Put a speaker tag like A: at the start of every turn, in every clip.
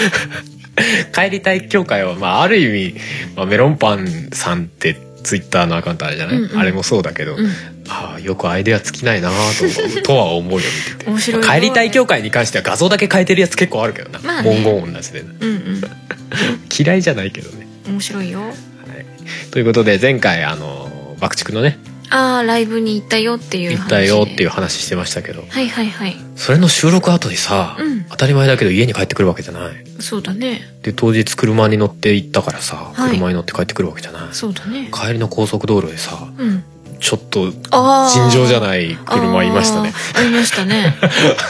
A: 帰りたい協会は、まあ、ある意味、まあ、メロンパンさんってツイッターのアカウントあれじゃない、
B: うんうん
A: あれもそうだけど、
B: うん
A: ああよくアイデア尽きないなと思うとは思うよ見てて
B: 面白いよ
A: 帰りたい協会に関しては画像だけ変えてるやつ結構あるけどな、
B: まあね
A: 文言同じでな
B: うん
A: 嫌いじゃないけどね
B: うん面白いよ
A: ということで前回あの爆竹のね
B: あーライブに行ったよってい
A: 行
B: う話
A: ったよっていうう話してましたけど
B: はいはいはい
A: それの収録後にさ、
B: うん
A: 当たり前だけど家に帰ってくるわけじゃない
B: そうだね
A: で当日車に乗って行ったからさ、
B: はい
A: 車に乗って帰ってくるわけじゃない
B: そうだね
A: 帰りの高速道路でさ
B: うん
A: ちょっと
B: ああ
A: 尋常じゃ
B: い
A: ない車いましたね
B: ありましたね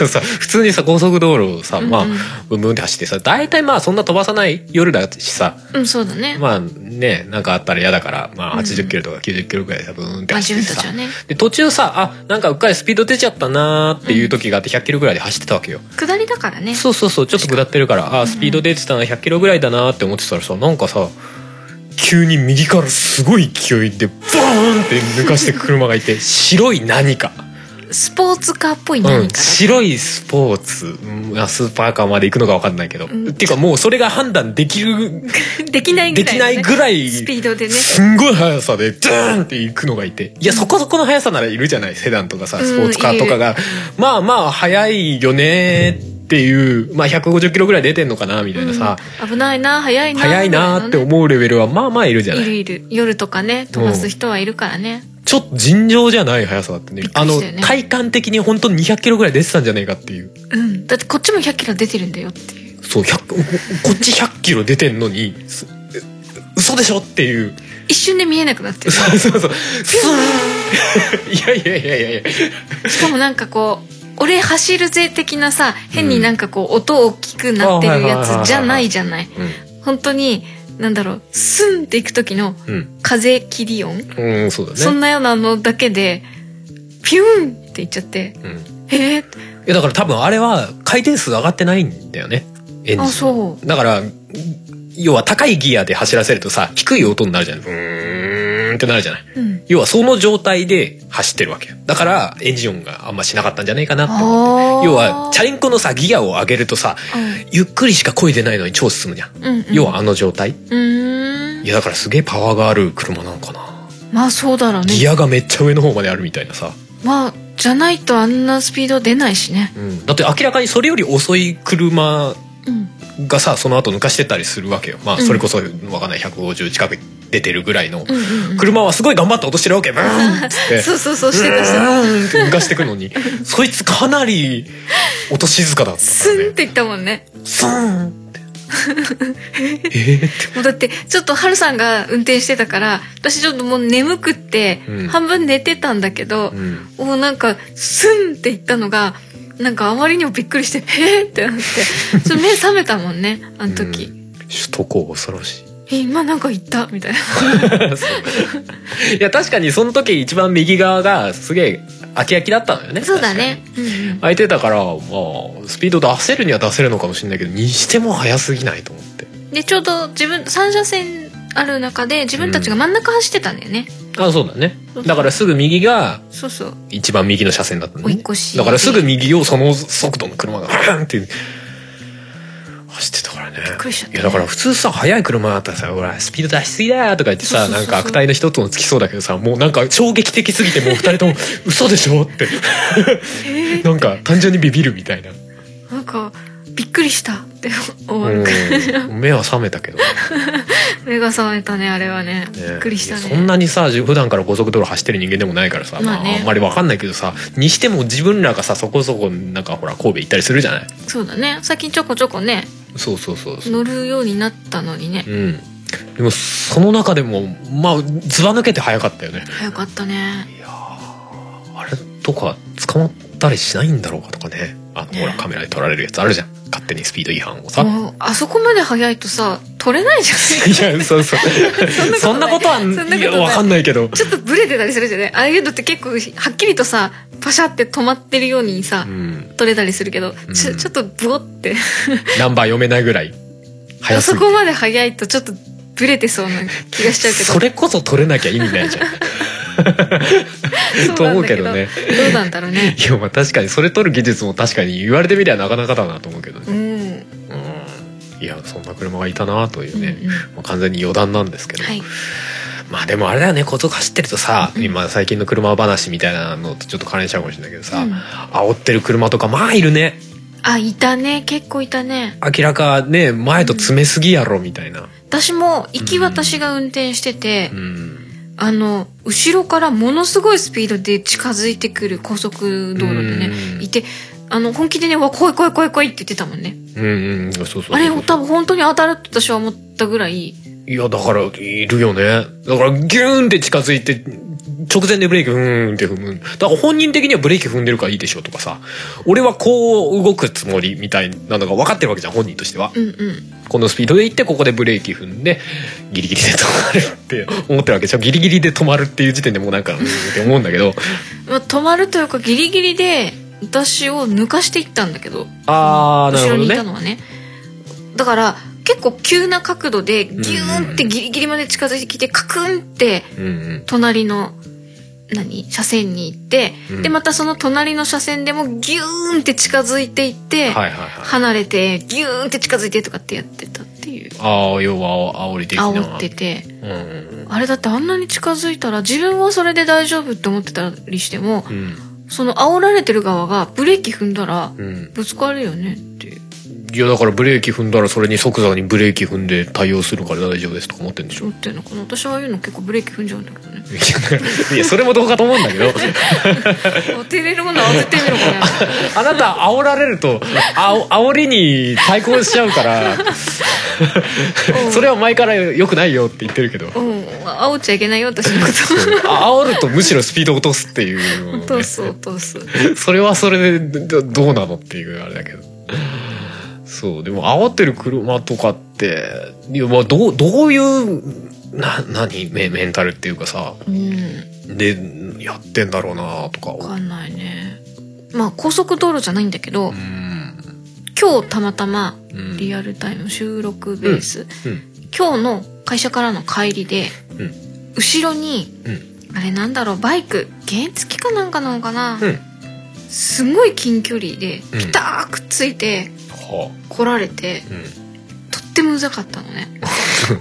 A: さ普通にさ高速道路をさ、まあ
B: うんうん
A: ブンブンって走ってさ大体まあそんな飛ばさない夜だしさ
B: うんそうだねま
A: まあねなんかあったら嫌だから、ま
B: うん
A: あ、80キロとか90キロぐらいでさブーンって
B: あ
A: 走
B: 自
A: って
B: 分
A: さ、
B: たちはね
A: で途中さあなんかうっかりスピード出ちゃったなーっていう時があって100キロぐらいで走ってたわけよ、
B: 下りだからね
A: そうそうそうちょっと下ってるからあースピード出てたな100キロぐらいだなーって思ってたらさなんかさ急に右からすごい勢いでバーンって抜かしてく車がい て白い何か
B: スポーツカーっぽい
A: うん
B: 何、かだ
A: 白いスポーツ、うんまあスーパーカーまで行くのか分かんないけど、
B: ん
A: っていうかもうそれが判断できる
B: できないぐ
A: でき
B: らいの
A: な
B: ね
A: いぐらい
B: スピードでね
A: すんごい速さでドーンって行くのがいていやそこそこの速さならいるじゃないセダンとかさスポーツカーとかが、まあまあ速いよねっていう、まあ、150キロぐらい出てんのかなみたいなさ、
B: うん危ないな早いな
A: 速いなーって思うレベルはまあまあいるじゃないい
B: るいる夜とかね飛ばす人はいるからね
A: ちょっと尋常じゃない速さだったね
B: びっく
A: あ
B: りし
A: の
B: たよね
A: 体感的に本当に200キロぐらい出てたんじゃないかっていう
B: うんだってこっちも100キロ出てるんだよっていう
A: そう100ここっち100キロ出てんのにすえ嘘でしょっていう
B: 一瞬で見えなくなってる
A: そうそうそうスーンいやいやいやいやいや
B: しかもなんかこう俺走るぜ的なさ変になんかこう音大きくなってるやつじゃないじゃない本当になんだろうスンっていく時の
A: うん、うん
B: 風切り音
A: うん、そうだね。
B: そんなようなのだけでピュンっていっちゃって
A: うん、い
B: えー、
A: やだから多分あれは回転数上がってないんだよね。エンジン
B: あそう
A: だから要は高いギアで走らせるとさ低い音になるじゃない。うーんってなるじゃない。
B: うん
A: 要はその状態で走ってるわけよだからエンジン音があんましなかったんじゃないかなって思っ
B: あー
A: て要はチャリンコのさギアを上げるとさゆっくりしか漕いでないのに超進むじゃん、
B: うん、うん、
A: 要はあの状態
B: うーん
A: いやだからすげえパワーがある車なのかな
B: まあそうだろうね
A: ギアがめっちゃ上の方まであるみたいなさ、
B: まあじゃないとあんなスピード出ないしね
A: だって明らかにそれより遅い車
B: うん
A: がさその後抜かしてったりするわけよまあ
B: うん
A: それこそわかんない150近く出てるぐらいの、
B: うんうんうん
A: 車はすごい頑張って落としてるわけブーンっつ って
B: そうそうそうしてたしてた
A: うーんって抜かしてくのにそいつかなり音静かだったか
B: ス
A: ら
B: ンっ
A: ね
B: て言ったもんね
A: スンってえー って
B: もうだってちょっとハルさんが運転してたから私ちょっともう眠くって
A: うん
B: 半分寝てたんだけど、
A: うん
B: もうなんかスンって言ったのがなんかあまりにもびっくりして「えー、ってなってちょっと目覚めたもんねあの
A: う
B: 時、
A: ん首都高恐ろしい
B: え今なんか言ったみたいな
A: いや確かにその時一番右側がすげえ飽き飽きだったのよね
B: そうだね、うんうん、
A: 空いてたからまあスピード出せるには出せるのかもしれないけどにしても速すぎないと思って
B: でちょうど自分三車線ある中で自分たちが真ん中走ってたんだよね、
A: あそうだねだからすぐ右が
B: そうそう
A: 一番右の車線だったん
B: 追
A: で、
B: い
A: ね
B: 越、し
A: だからすぐ右をその速度の車がバーンって走ってたからねね
B: びっくりしちゃった
A: いやだから普通さ速い車だったらさ「ほらスピード出しすぎだ」とか言って
B: そう
A: さ
B: そうそう
A: な
B: そうん
A: か悪態の一つもつきそうだけどさもうなんか衝撃的すぎてもう二人とも「嘘でしょ?」って
B: えー
A: なんか単純にビビるみたいな
B: なんかびっくりしたって 終わるから
A: うん目は覚めたけどね
B: 目が覚めたねあれはね び
A: ね
B: っくりした
A: い
B: ね
A: やそんなにさじゅ普段から高速道路走ってる人間でもないからさ、
B: まあね
A: まあ、あんまり分かんないけどさにしても自分らがさそこそこなんかほら神戸行ったりするじゃない
B: そうだね最近ちょこちょこね
A: そうそうそうそう
B: 乗るようになったのにね
A: うんでもその中でもまあずば抜けて早かったよね
B: 早かったね
A: あれとか捕まったりしないんだろうかとかねあのほら
B: ね
A: カメラで撮られるやつあるじゃん勝手にスピード違反をさ
B: もうあそこまで早いとさ取れないじゃない
A: いやそうそうそ
B: そ
A: ん
B: ん
A: な
B: な
A: こ
B: ことと
A: は
B: ないそんなことない
A: いや分かんないけど
B: ちょっとブレてたりするじゃないああいうのって結構はっきりとさパシャって止まってるようにさ、
A: うん
B: 取れたりするけど、ち
A: う
B: ょ
A: ん
B: ちょっとブオって
A: ナンバー読めないぐらい
B: あ
A: 早す
B: そ
A: ぎて
B: こまで早いとちょっとブレてそうな気がしちゃうけど
A: それこそ取れなきゃ意味ないじゃん
B: そう
A: と
B: な
A: 思
B: ん
A: う
B: だ
A: けどね
B: どうなんだろうね
A: いやまあ確かにそれ取る技術も確かに言われてみりゃなかなかだなと思うけど
B: う
A: ね、
B: ん
A: うん、いやそんな車がいたなというね、
B: うんうん
A: まあ完全に余談なんですけど、
B: はい
A: まあでもあれだよね高速走ってるとさ、
B: うん
A: 今最近の車話みたいなのとちょっと関連しちゃうかもしれないけどさ、
B: うん
A: 煽ってる車とかまあいるね
B: あいたね結構いたね
A: 明らかね前と詰めすぎやろみたいな、
B: 私も行き私が運転してて、
A: うん、
B: あの後ろからものすごいスピードで近づいてくる高速道路でね
A: うん
B: いてあの本気でね「わ怖い怖い怖い怖い」って言ってたもんね
A: うんうんそうそうそう
B: あれ多分本当に当たるって私は思ったぐらい
A: いやだからいるよねだからギューンって近づいて直前でブレーキうーんって踏むだから本人的にはブレーキ踏んでるからいいでしょとかさ俺はこう動くつもりみたいなのが分かってるわけじゃん本人としては
B: うんうん
A: このスピードで行ってここでブレーキ踏んでギリギリで止まるって思ってるわけでしょギリギリで止まるっていう時点でもうなんかうーんって思うんだけど
B: まあ止まるというかギリギリで私を抜かしていったんだけど
A: あーな
B: 後ろ
A: る
B: にい
A: ほど
B: た
A: ね
B: のはねだから結構急な角度でギューンってギリギリまで近づいてきてカクンって
A: うんうん
B: 隣の何車線に行って、
A: うん
B: でまたその隣の車線でもギューンって近づいていって、
A: はいはいはい
B: 離れてギューンって近づいてとかってやってたっていう
A: ああ要は煽り的な
B: 煽ってて
A: うんうん
B: あれだってあんなに近づいたら自分はそれで大丈夫って思ってたりしても、
A: うん
B: その煽られてる側がブレーキ踏んだら
A: うん
B: ぶつかるよねっていう
A: いやだからブレーキ踏んだらそれに即座にブレーキ踏んで対応するから大丈夫ですとか思ってんでしょ
B: 思ってんのかな私はああいうの結構ブレーキ踏んじゃうんだけどね
A: いやそれもどうかと思うんだけど
B: 手れるものは絶対見るか な
A: あなた煽られるとあお煽りに対抗しちゃうから
B: うん
A: それは前から良くないよって言ってるけど
B: うん煽っちゃいけないよ私のこ
A: あ煽るとむしろスピード落とすっていうのをね
B: と落とす落とす
A: それはそれでどどうなのっていうあれだけどそうでも煽ってる車とかっていやまあどうどういうな何メメンタルっていうかさ
B: うん
A: でやってんだろうなとか
B: 分かんないねまあ高速道路じゃないんだけど
A: うん
B: 今日たまたま
A: うん
B: リアルタイム収録ベース、
A: うん
B: 今日の会社からの帰りで
A: うん
B: 後ろに
A: うん
B: あれなんだろうバイク原付かなんかなのかな、
A: うん
B: すごい近距離で
A: うん
B: ピターくっついて
A: は
B: 来られて
A: あうん
B: とってもうざかったの ね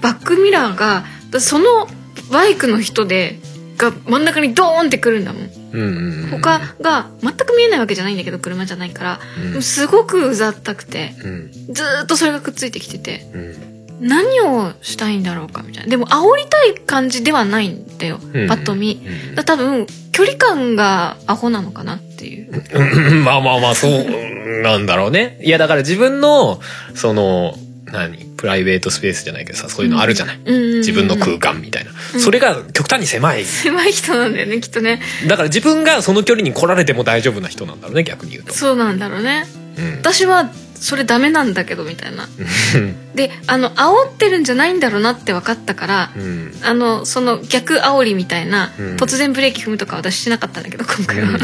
B: バックミラーがだそのバイクの人でが真ん中にドーンってくるんだもん
A: うんうんうん
B: 他が全く見えないわけじゃないんだけど車じゃないから、
A: うん
B: すごくうざったくて
A: うん
B: ずーっとそれがくっついてきてて
A: うん
B: 何をしたいんだろうかみたいなでも煽りたい感じではないんだよ、
A: うん
B: パッと見だ多分距離感がアホなのかなっていう
A: うんまあまあまあそうなんだろうねいやだから自分のその何プライベートスペースじゃないけどさそういうのあるじゃない、自
B: 自
A: 分の空間みたいな、
B: うん
A: それが極端に狭い
B: 狭い人なんだよねきっとね
A: だから自分がその距離に来られても大丈夫な人なんだろうね逆に言うと、
B: そうなんだろうね
A: うん
B: 私はそれダメなんだけどみたいな
A: うん
B: であの煽ってるんじゃないんだろうなって分かったから、
A: うん
B: あのその逆煽りみたいな、
A: うん
B: 突然ブレーキ踏むとかは私しなかったんだけど今
A: う
B: 回
A: んうん
B: は、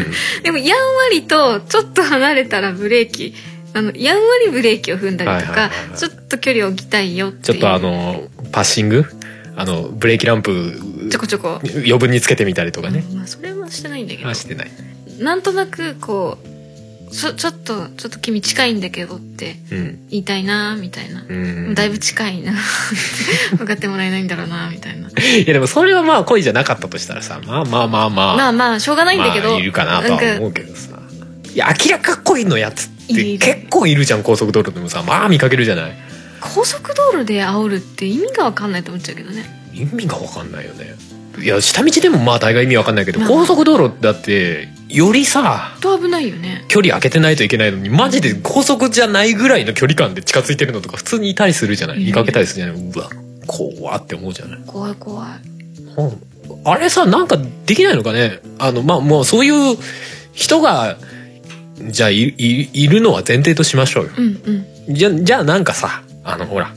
B: でもやんわりとちょっと離れたらブレーキあのやんわりブレーキを踏んだりとか、
A: はいはいはいはい
B: ちょっと距離を置きたいよっていう
A: ちょっとあのパッシングあのブレーキランプ
B: ちょこちょこ、
A: 余分につけてみたりとかね、
B: まあそれはしてないんだけど
A: あしてない
B: なんとなくこうそちょっとちょっと君近いんだけどって
A: うん
B: 言いたいなみたいな
A: う、ん
B: だいぶ近い な分かってもらえないんだろうなみたいない
A: やでもそれはまあ恋じゃなかったとしたらさまあまあまあまあ
B: まあまあしょうがないんだけど、
A: まあ、いるかなとは思
B: んか
A: うけどさいや明らか恋のやつっ
B: い
A: て
B: る
A: 結構いるじゃん高速道路でもさまあ見かけるじゃない
B: 高速道路で煽るって意味が分かんないと思っちゃうけどね
A: 意味が分かんないよねいや下道でもまあ大概意味分かんないけど
B: まあ
A: 高速道路だってよりさ
B: と危ないよね
A: 距離空けてないといけないのにマジで高速じゃないぐらいの距離感で近づいてるのとか普通にいたりするじゃな
B: う
A: い
B: ん
A: 見かけたりするじゃないうわ怖って思うじゃない
B: 怖い怖い
A: うんあれさなんかできないのかねあのまあもうそういう人がじゃあいいいるのは前提としましょうよ
B: うんうん
A: じゃじゃあなんかさあのほら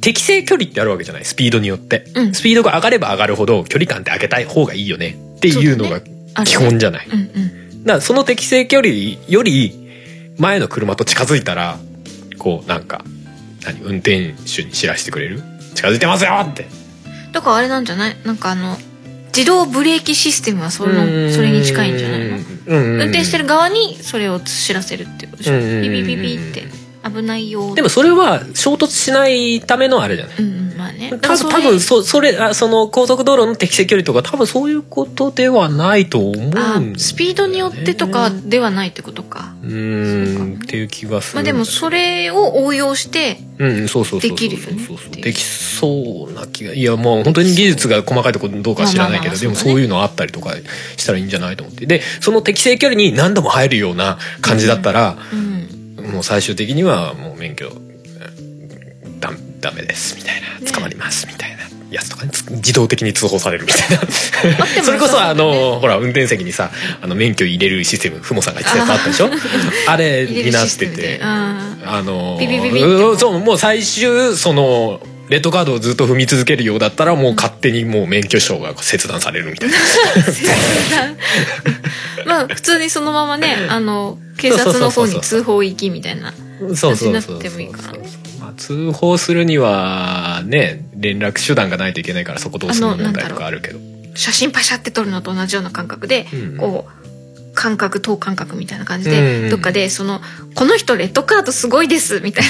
A: 適正距離ってあるわけじゃないスピードによって、
B: うん
A: スピードが上がれば上がるほど距離感って上げたい方がいいよねっていうの
B: そ
A: が
B: うある
A: 基本じゃない、
B: うんうん
A: だからその適正距離より前の車と近づいたらこうなんか何運転手に知らせてくれる近づいてますよって
B: だからあれなんじゃないなんかあの自動ブレーキシステムはそのそれに近いんじゃないの
A: 運
B: 運転して
A: る
B: る側にそれを知らせるっていうことでしょ
A: うんうんうん
B: ビビビビって危ないよ
A: でもそれは衝突しないためのあれじゃない
B: うんうんまあね
A: 多分多分そそれあその高速道路の適正距離とか多分そういうことではないと思うんだよ
B: あ
A: ね、
B: スピードによってとかではないってことか
A: う
B: そうか
A: ーん
B: も
A: っていう気がす
B: ま
A: るんだ
B: あで
A: よね、
B: もそれを応用して
A: うんそうそうそうそう
B: できるよね
A: そうそう
B: っていう
A: できそうな気がいやもう本当に技術が細かいところどうかは知らないけど
B: まあまあまあ
A: でも
B: そうだね
A: そういうのあったりとかしたらいいんじゃないと思ってでその適正距離に何度も入るような感じだったら、
B: うん
A: もう最終的にはもう免許ダダメですみたいな
B: ね
A: 捕まりますみたいなやつとかにつ自動的に通報されるみたいな
B: あっても
A: それこそ
B: 良さ
A: あ
B: うだね
A: のほら運転席にさあの免許入れるシステムふもさんが言ってたやつあったでしょあれ
B: 入れ
A: に
B: る
A: なっ
B: システ
A: て
B: ム
A: て
B: で。あ
A: あのー
B: ビビビビって
A: うんそうもう最終そのレッドカードをずっと踏み続けるようだったらもう勝手にもう免許証が切断されるみたいな
B: ー切断まあ普通にそのままねあの警察の方に通報行きみたいな
A: そうそうそうそ
B: な
A: う
B: ってもいいからね
A: まあ、通報するにはね連絡手段がないといけないからそこどうするの問題とかあるけど
B: 写真パシャって撮るのと同じような感覚で、
A: うん
B: こう感覚等間隔みたいな感じ
A: う
B: で、
A: んうん
B: どっかでその「この人レッドカードすごいです」みたい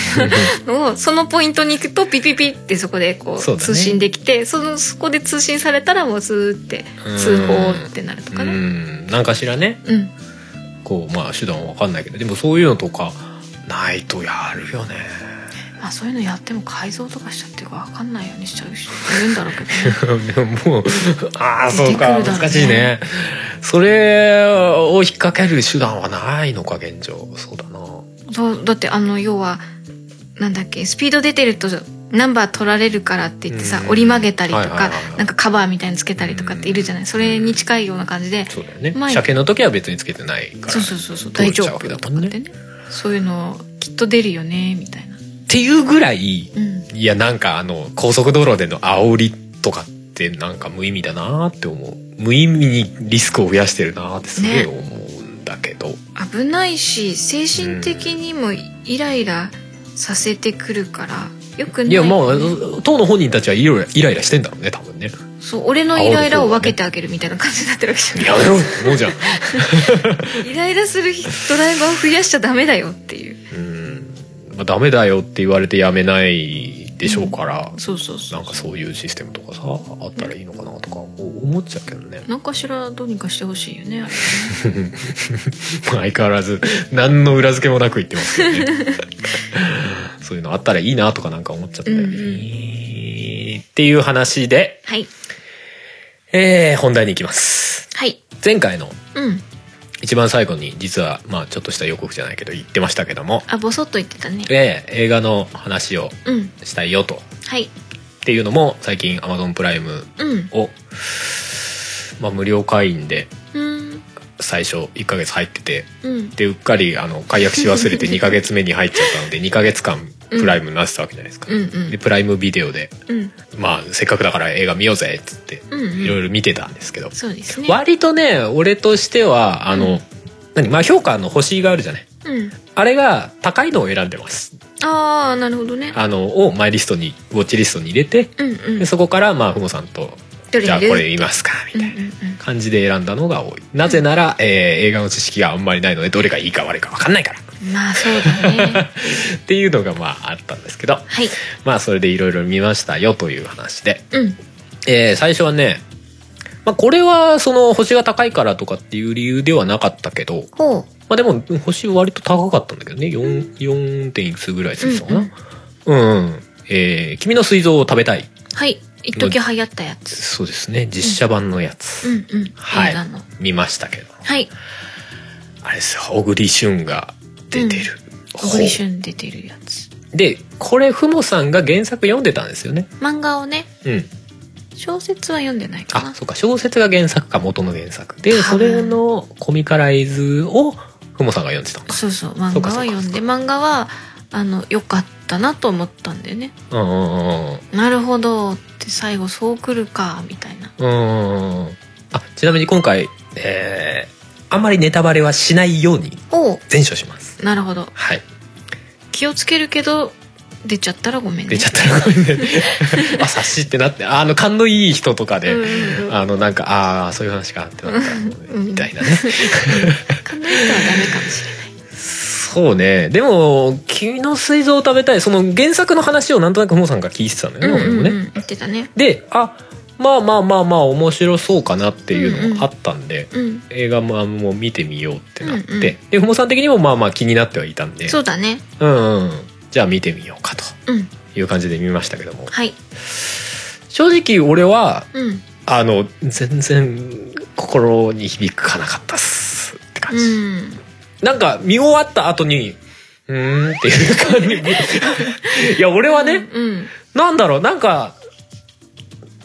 B: なの をそのポイントに行くとピピピってそこでこう
A: そうだね
B: 通信できてそ,、のそこで通信されたらもうずーって通報ってなると
A: う
B: かね。
A: んなんかしらね
B: うん、
A: こうまあ手段は分かんないけどでもそういうのとかないとやるよね
B: まあそういうのやっても改造とかしちゃってわかんないようにしちゃう人いるんだろうけどね
A: でももうああそうか
B: 出てくるだろうね
A: 難しいねそれを引っ掛ける手段はないのか現状そうだな
B: そうだってあの要はなんだっけスピード出てるとナンバー取られるからって言ってさ
A: うん
B: 折り曲げたりと
A: はいはい
B: か
A: はいはい
B: なんかカバーみたいにつけたりとかっているじゃないそれに近いような感じで
A: そうだよね
B: まあ
A: 車検の時は別につけてないから
B: そうそうそうそう
A: 通
B: 大
A: っちゃ
B: 丈
A: う
B: 夫
A: わけだ
B: とか
A: も
B: っ
A: んね
B: てねそういうのきっと出るよねみたいな
A: っていうぐらい
B: うん
A: いやなんかあの高速道路での煽りとかってなんか無意味だなって思う無意味にリスクを増やしてるなってすげえ
B: ね
A: 思うんだけど、
B: 危ないし精神的にもイライラさせてくるからよくない
A: いやまあ当の本人たちはイライライライラしてんだろうね多分ね
B: そう俺のイライラを分けてあげるみたいな感じになってるわけじゃ
A: やめろって思うじゃん
B: ないイライラするドライバーを増やしちゃダメだよっていう
A: うん、まあ、ダメだよって言われてやめないでしょうから、
B: そうそうそう
A: なんかそういうシステムとかさあったらいいのかなとか思っちゃうけどね
B: 何かしらどうにかしてほしいよねあれね
A: まあ相変わらず何の裏付けもなく言ってますよね そういうのあったらいいなとかなんか思っちゃったよね、
B: うんうん
A: っていう話で、
B: はい
A: えー、本題に行きます
B: はい
A: 前回の
B: うん
A: 一番最後に実はまあちょっとした予告じゃないけど言ってましたけども、
B: あボソッと言ってたね
A: えー映画の話を
B: うん
A: したいよと
B: はい
A: っていうのも最近 Amazon プライム
B: うん
A: を、まあ、無料会員で
B: うん
A: 最初1ヶ月入ってて
B: うん
A: でうっかりあの解約し忘れて2ヶ月目に入っちゃったので2ヶ月間プライムになってたわけじゃないですか、
B: うんうん
A: でプライムビデオで、
B: うん
A: まあ、せっかくだから映画見ようぜっつって
B: うんうん
A: いろいろ見てたんですけど、
B: そうですね
A: 割とね俺としてはあの、
B: うん
A: 何まあ、評価の星があるじゃない
B: うん
A: あれが高いのを選んでます
B: ああなるほどね
A: あのをマイリストにウォッチリストに入れて
B: うんうん
A: でそこからまあふもさんと
B: どれ
A: じゃあ
B: 入
A: こ
B: れる
A: れ見ますかみたいな
B: うんうんうん
A: 感じで選んだのが多いなぜなら、えー映画の知識があんまりないのでどれがいいか悪いか分かんないから
B: まあそうだね
A: っていうのがまああったんですけど
B: はい
A: まあそれでいろいろ見ましたよという話で、
B: うん
A: えー最初はね、まあ、これはその星が高いからとかっていう理由ではなかったけど、
B: ほう
A: まあ、でも星割と高かったんだけどね 4, 4点いくつぐらいついてたか
B: う
A: なんうん、えー君の膵臓を食べたい」
B: はい一時流行ったやつ
A: そうですね実写版のや
B: う
A: つ、
B: んうん
A: はい
B: 映画の
A: 見ましたけど
B: はい
A: あれですよ小栗旬が出てる、
B: 小栗旬出てるやつ
A: でこれふもさんが原作読んでたんですよね
B: 漫画をね
A: うん
B: 小説は読んでないか
A: あ
B: な
A: そうか小説が原作か元の原作で
B: 多
A: そ
B: 分
A: れのコミカライズをふもさんが読んでたのか
B: そうそう
A: そ
B: 漫
A: うかそ
B: 画は
A: うか
B: 読ん
A: そ
B: で漫画はあの良かったなと思ったんでね
A: うんうんうん
B: なるほどって最後そうくるかみたいな
A: うんうんうんあちなみに今回えーあんまりネタバレはしないように
B: おう
A: 全書します
B: なるほど
A: はい
B: 気をつけるけど出ちゃったらごめんね
A: 出ちゃったらごめんね あ察しってなってああの勘のいい人とかで、
B: うんうんうん
A: あのなんかああーそういう話かってなった、
B: うん
A: みたいなね
B: 考えたらダメかもしれない
A: そうねでも「君の膵臓を食べたい」その原作の話をなんとなくもうさんが聞いてたのよね、俺もね、
B: うんうんうん、言ってたね
A: であまあまあまあまあ面白そうかなっていうのもあったんで、
B: うん
A: 映画ももう見てみようってなって、
B: うんうん
A: でふもさん的にもまあまあ気になってはいたんで
B: そうだね
A: うんうんじゃあ見てみようかと
B: うん
A: いう感じで見ましたけども
B: はい
A: 正直俺は
B: うん
A: あの全然心に響かなかったっすって感
B: う
A: じ、
B: ん
A: なんか見終わった後にうーんっていう感 じいや俺はね、
B: うん
A: なんだろうなんか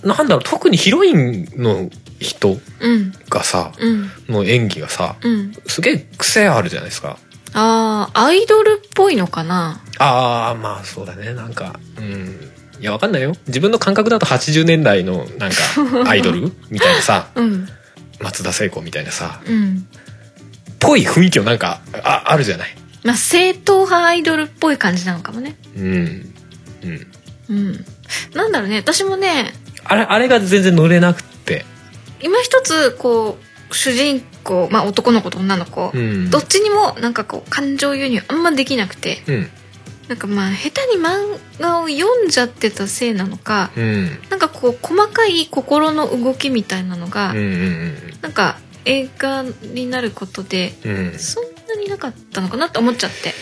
A: なんだろう特にヒロインの人
B: うん
A: がさ
B: うん
A: の演技がさ
B: うん
A: すげえ癖あるじゃないですか
B: ああアイドルっぽいのかな
A: ああまあそうだねなんかうんいやわかんないよ自分の感覚だと80年代のなん かアイドルみたいなさ
B: うん
A: 松田聖子みたいなさ
B: うん
A: ぽい雰囲気をなんかああるじゃない
B: まあ正統派アイドルっぽい感じなのかもね
A: うんうん
B: うんなんだろうね私もね
A: あれあれが全然乗れなくって
B: 今一つこう主人公まあ男の子と女の子、
A: うん
B: どっちにもなんかこう感情輸入あんまできなくて
A: うん
B: なんかまあ下手に漫画を読んじゃってたせいなのか
A: うん
B: なんかこう細かい心の動きみたいなのが、
A: うんうん
B: なんか映画になることで
A: うんうん
B: そんなになかったのかなって思っちゃって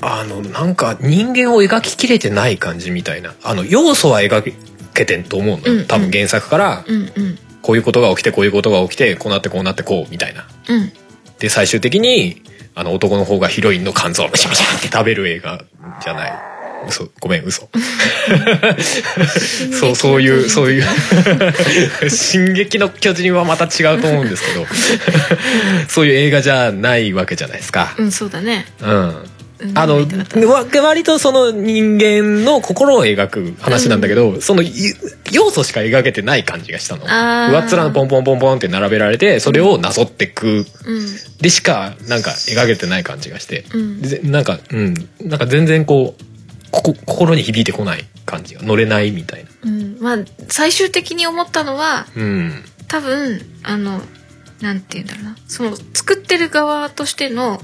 A: あのなんか人間を描ききれてない感じみたいなあの要素は描けてんと思うのよ、
B: うんうん
A: 多分原作から
B: うんうん
A: こういうことが起きてこういうことが起きてこうなってこうなってこうみたいな
B: うん
A: で最終的にあの男の方がヒロインの肝臓をむしゃむしゃって 食べる映画じゃない嘘ごめん嘘そうそういうそういう 進撃の巨人はまた違うと思うんですけど そういう映画じゃないわけじゃないですか
B: うんそうだね
A: うん
B: うん
A: あの
B: 見たかったな
A: わ割とその人間の心を描く話なんだけど、そのゆ要素しか描けてない感じがしたの
B: あー
A: 上っ面ポンポンポンポンって並べられてそれをなぞってく
B: うん
A: でしかなんか描けてない感じがして、
B: うん
A: ぜなんかうんなんか全然こうここ心に響いてこない感じが乗れないみたいな
B: うんまあ最終的に思ったのは
A: うん
B: 多分あのなんて言うんだろうなその作ってる側としての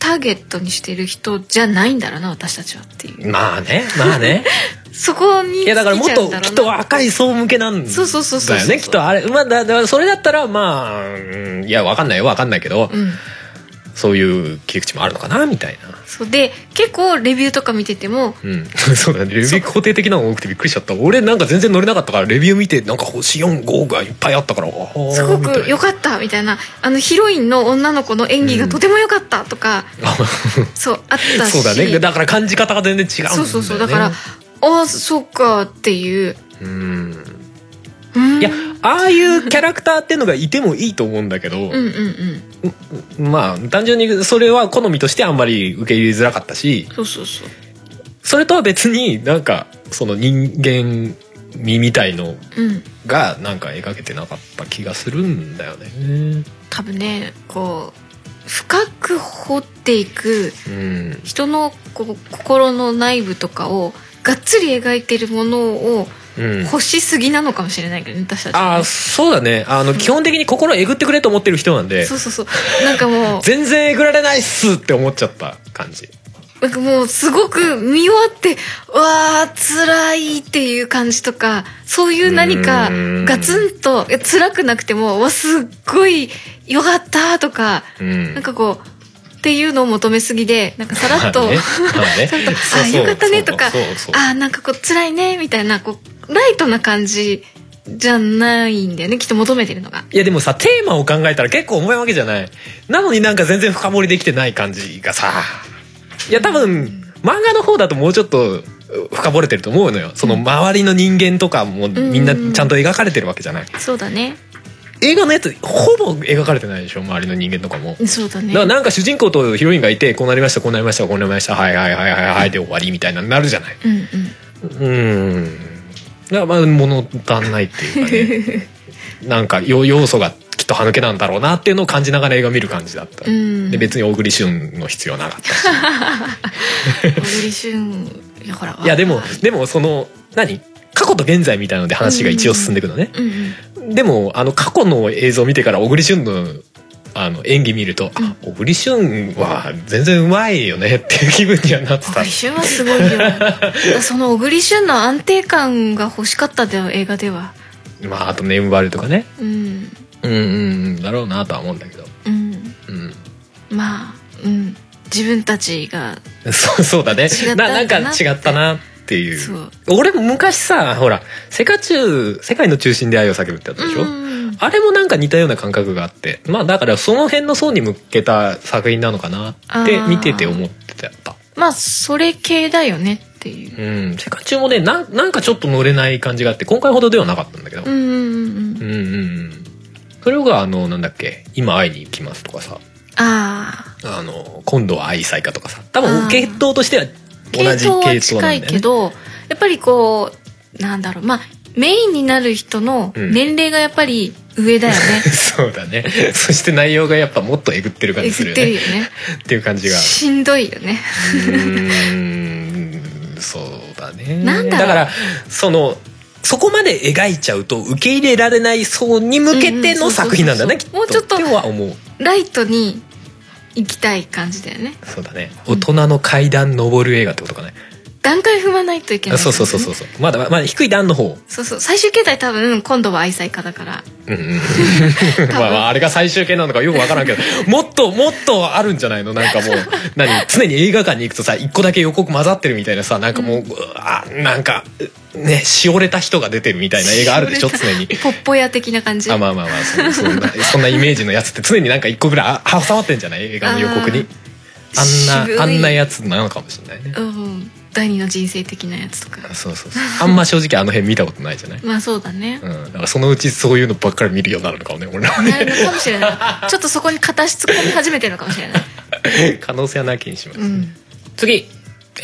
B: ターゲットにしてる人じゃないんだろうな私たちはっていう
A: まあねまあ ね
B: そこに
A: いやだからもっ
B: 尽き
A: と
B: ちゃうん
A: きっ
B: だろう
A: と
B: な
A: 若い層向けなん
B: そうそうそうそう
A: だよねきっとあれまあだだからそれだったらまあ、うんいやわかんないよわかんないけど、
B: うん
A: そういう切り口もあるのかなみたいな。
B: そうで結構レビューとか見てても
A: うん、そうだねレビュー肯定的なのが多くてびっくりしちゃった俺なんか全然乗れなかったからレビュー見てなんか星45がいっぱいあったから
B: す
A: す
B: ごく良かったみたいなあのヒロインの女の子の演技がとても良かったとか、そうあったし
A: そうだねだから感じ方が全然違うんだよ、ね、
B: そうそうそうだからああそうかっていう
A: うん
B: うん
A: いやああいうキャラクターってのがいてもいいと思うんだけど、
B: うんうんうん
A: まあ単純にそれは好みとしてあんまり受け入れづらかったし
B: そうそうそう
A: それとは別になんかその人間味みたいの
B: うん
A: がなんか描けてなかった気がするんだよね。
B: 多分ねこう深く掘っていく
A: うん
B: 人のこう心の内部とかをがっつり描いてるものを
A: うん
B: 欲しすぎなのかもしれないけどね私たち
A: ああそうだねあの基本的に心えぐってくれと思ってる人なんで
B: そうそうそうなん かもう
A: 全然えぐられないっすって思っちゃった感じ
B: なんかもうすごく見終わって、うわー、辛いっていう感じとか、そういう何か
A: うーん
B: ガツンと、いや辛くなくても、うわ、すっごいよかったとか、
A: うん
B: なんかこう、っていうのを求めすぎで、なんかさらっと、
A: まあねまあね
B: ちゃん
A: そ
B: と、
A: う
B: あ
A: そう
B: ー、よかったねとか、あ
A: そうそう
B: ー、なんかこう、辛いね、みたいな、こう、ライトな感じじゃないんだよね、きっと求めてるのが。
A: いやでもさテーマを考えたら結構重いわけじゃないなのになんか全然深掘りできてない感じがさいや多分漫画の方だともうちょっとう深掘れてると思うのよその周りの人間とかもみんなちゃんと描かれてるわけじゃない
B: そうだね。
A: 映画のやつほぼ描かれてないでしょ周りの人間とかも
B: そうだ
A: だ
B: ね
A: か。らなんか主人公とヒロインがいてこうなりましたこうなりましたこうなりましたはいはいはいはいはいで終わりみたいなのになるじゃない
B: うんうん。
A: うんだからまあ物足んないっていうか ねなんか要要素がきっと歯抜けなんだろうなっていうのを感じながら映画見る感じだった、
B: うん
A: で別に小栗旬の必要なかったし
B: 小栗旬、いや、ほら。
A: いやでもでもその何過去と現在みたいなので話が一応進んでいくのね、
B: うんうん。
A: でもあの過去の映像を見てから小栗旬のあの演技見ると、あ小栗旬は全然うまいよねっていう気分にはなって
B: 小
A: た
B: 栗旬はすごいよ その小栗旬の安定感が欲しかったんだよ映画では
A: まああとネームバリューとかね
B: うん
A: うんうんうんだろうなとは思うんだけど
B: うん
A: うん
B: まあうん自分たちが
A: そうそうだね
B: 違ったんだ
A: な
B: な
A: なんか違ったなってい
B: そうう
A: 俺も昔さほら「世界中世界の中心で愛を叫ぶ」ってあったでしょ、
B: うん
A: あれもなんか似たような感覚があってまあだからその辺の層に向けた作品なのかなって
B: あー
A: 見てて思ってた
B: まあそれ系だよねっていう
A: うん世界中もねなんなんかちょっと乗れない感じがあって今回ほどではなかったんだけど、
B: うんうんう
A: う
B: ん
A: ん、うんうんそれがあのなんだっけ「今会いに行きます」とかさ
B: あ
A: 「あの今度は愛妻家」とかさ多
B: あ
A: 分
B: ー
A: 系統としては
B: あ
A: 同
B: 系
A: じ系統なんだよ
B: 統
A: ね
B: は近いけどやっぱりこうなんだろうまあメインになる人の年齢がやっぱり上だよね、
A: そうだね。そして内容がやっぱもっとえぐってる感
B: え
A: じする
B: ぐっ
A: よ
B: てる
A: ね。
B: よね
A: っていう感じが。
B: しんどいよね
A: うーん、そうだね。
B: なんだろう
A: から、その、そこまで描いちゃうと受け入れられない層に向けて
B: うん
A: の
B: うんそうそうそうそう
A: 作品なんだね、きっと。
B: もうちょっと
A: ては思う。
B: ライトに行きたい感じだよね
A: そうだね。大人の階段登る映画ってことかね。
B: 段階踏まないといけな
A: あ
B: い、
A: そうそうそうそううそう。まだまだ低い段の方。
B: そうそう最終形態多分今度は愛妻家だから
A: うんうん。まあまああれが最終形なのかよくわからんけど、もっともっとあるんじゃないのなんかもう、 何常に映画館に行くとさ、一個だけ予告混ざってるみたいなさ、なんかもう、うわあ、なんか、うね、しおれた人が出てるみたいな映画あるでしょ常 に。
B: ポッポ屋的な感じ
A: あまあまあまあそそんな そんなイメージのやつって常になんか一個ぐらいあ挟まってんじゃない映画の予告に
B: あー
A: あん
B: 渋い
A: なあんなやつなのかもしれないね
B: うん第二の人生的なやつとか
A: あそうそうそうあんま正直あの辺見たことないじゃない、
B: まあそうだね
A: うん、だからそのうちそういうのばっかり見るようになるのかもね俺らはね
B: なるのかもしれないちょっとそこに片足突っ込み始めてるのかもしれない
A: 可能性はなきにします、
B: うん
A: 次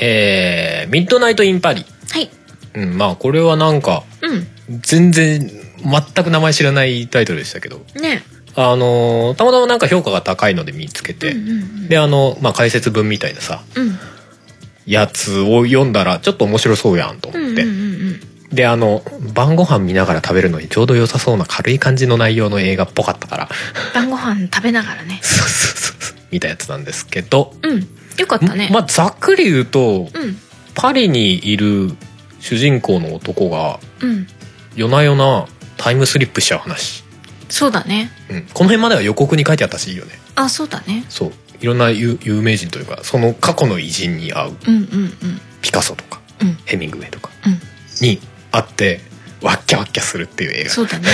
A: えーミッドナイト・イン・パリ」
B: はい
A: うん、まあこれはなんか
B: うん
A: 全然全く名前知らないタイトルでしたけど
B: ね
A: あのーたまたまなんか評価が高いので見つけて、
B: うんうん
A: であの、まあ、解説文みたいなさ
B: うん
A: やつを読んだらちょっと面白そうやんと
B: うんう
A: 思っ
B: ん
A: て、
B: うんうん
A: であの晩ご飯見ながら食べるのにちょうど良さそうな軽い感じの内容の映画っぽかったから
B: 晩ご飯食べながらね
A: そうそうそうそう見たやつなんですけど、
B: うんよかったね
A: まあざっくり言うと
B: うん
A: パリにいる主人公の男が
B: うん
A: 夜な夜なタイムスリップしちゃう話、
B: そうだね
A: うん、この辺までは予告に書いてあったしいいよね
B: あそうだね
A: そういろんな有有名人というかその過去の偉人に会う
B: うんうんうん
A: ピカソとか
B: うん
A: ヘミングウェイとか
B: うん
A: に会ってワッキャワッキャするっていう映
B: そ うだね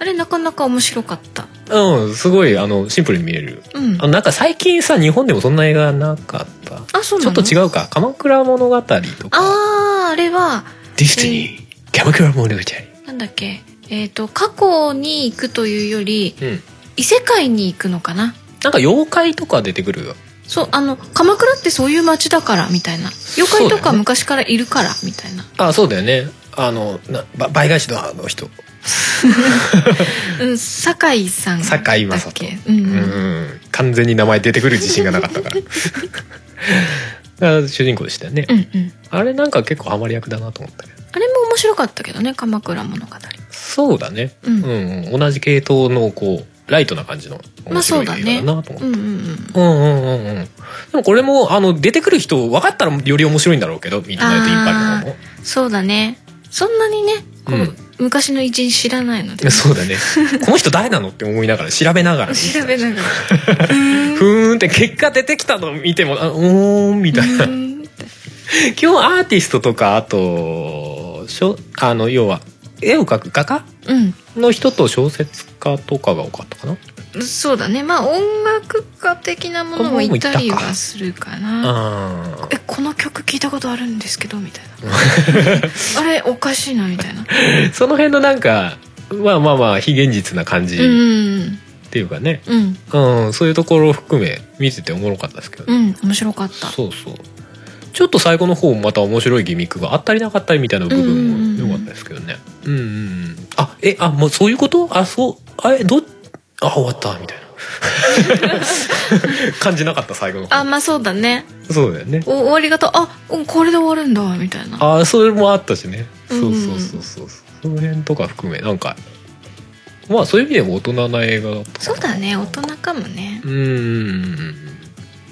B: あれなかなか面白かった
A: 画うんすごいあのシンプルに見れる
B: うん
A: あのなんか最近さ日本でもそんな映画なかった
B: あそう
A: ちょ
B: な
A: っ
B: の
A: と違うか「鎌倉物語」とか
B: あーあれは
A: 「ディスティニー」「鎌倉物語」
B: なんだっけえっ、と過去に行くというより
A: うん
B: 異世界に行くのかな
A: なんか妖怪とか出てくるよ
B: そうあの鎌倉ってそういう街だからみたいな妖怪とか昔からいるからみたいな
A: あそうだよねあのなば倍返しのあの人
B: うん酒井さん
A: 堺雅
B: だっ
A: 人
B: けうん、
A: うん
B: うん、
A: 完全に名前出てくる自信がなかったから あ主人公でしたよね、
B: うんうん
A: あれなんか結構ハマり役だなと思ったけど
B: あれも面白かったけどね「鎌倉物語」
A: そうだね、
B: う
A: うんんうん同じ系統のこうライトな感じの
B: まあ
A: 面
B: そ
A: 白
B: う
A: い映画
B: だね
A: だなと思って、
B: うんうんうん
A: うんうんうんうんでもこれもあの出てくる人分かったらより面白いんだろうけど「ミッドナイト・イン・パリ」の方も
B: そうだねそんなにねこう、
A: うん
B: 昔の偉人知らないの で
A: そうだねこの人誰なのって思いながら調べながら
B: 調べながら
A: ふーんって結果出てきたの見てもあうーんみ たいな
B: うん
A: 基本アーティストとかあとしょあの要は絵を描く画家
B: うん
A: の人と小説家とかが多かったかな
B: そうだねまあ音楽家的なものもいたりはするかな
A: あ
B: えこの曲聞いたことあるんですけどみたいな あれおかしいなみたいな
A: ーその辺のなんかまあまあまあ非現実な感じ
B: う
A: っ
B: ん
A: ていうかね、
B: うん
A: うんそういうところを含め見てておもろかったですけど、
B: うん面白かった
A: そうそうちょっと最後の方もまた面白いギミックがあったりなかったりみたいな部分も良かったですけどねうんうんうんあえあもうそういうことあそうあえどあ終わったみたいな 感じなかった最後の
B: あ
A: 方
B: まあそうだね
A: そうだよね
B: お終わり方あうんこれで終わるんだみたいな
A: あそれもあったしねそう
B: うん
A: そうそうそうその辺とか含めなんかまあそういう意味でも大人な映画だった
B: そうだね大人かもね
A: うんうんうんうん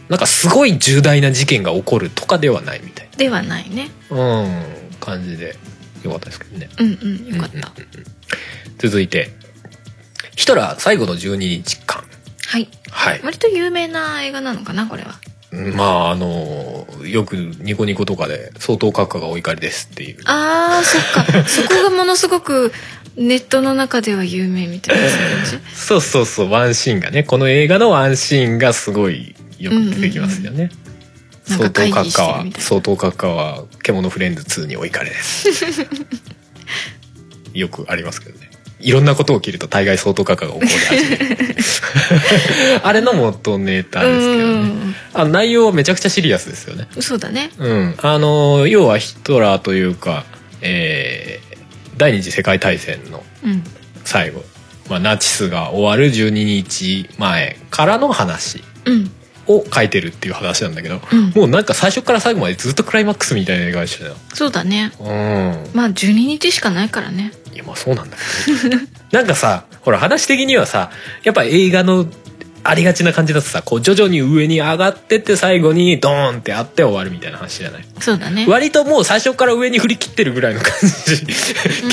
A: なんかすごい重大な事件が起こるとかではないみたいな
B: ではないね
A: うん、感じで良かったですけどね。
B: うんうんよかった
A: うんうんうん続いて、ヒトラー最後の12日間。
B: はい
A: はい。
B: 割と有名な映画なのかなこれは
A: まあ、あの、よくニコニコとかで相当閣下がお怒りですっていう。
B: あーそっか そこがものすごくネットの中では有名みたいな 感
A: そうそうそう、ワンシーンがね、この映画のワンシーンがすごいよく出てきますよね。
B: うんうんうんな
A: 相
B: ん
A: 当
B: か会
A: 閣
B: 議して
A: 下
B: る
A: は
B: みたいな
A: 相当閣下は獣フレンズ2にお怒りです。 よくありますけどね。いろんなことを切ると大概相当閣下が怒り始める。 あれの元ネタ
B: じ
A: ですけどね。
B: ん
A: あ内容はめちゃくちゃシリアスですよね。
B: そうだね
A: うん。あの要はヒトラーというか、えー第二次世界大戦の
B: うん
A: 最後、まあ、ナチスが終わる12日前からの話
B: うん
A: を書いてるっていう話なんだけど、
B: うん
A: もうなんか最初から最後までずっとクライマックスみたいな映画でしたよ。
B: そうだね
A: うん。
B: まあ12日しかないからね
A: いやまあそうなんだ けど、ね、なんかさほら話的にはさやっぱ映画のありがちな感じだとさこう徐々に上に上がってって最後にドーンってあって終わるみたいな話じゃない
B: そうだね
A: 割ともう最初から上に振り切ってるぐらいの感じ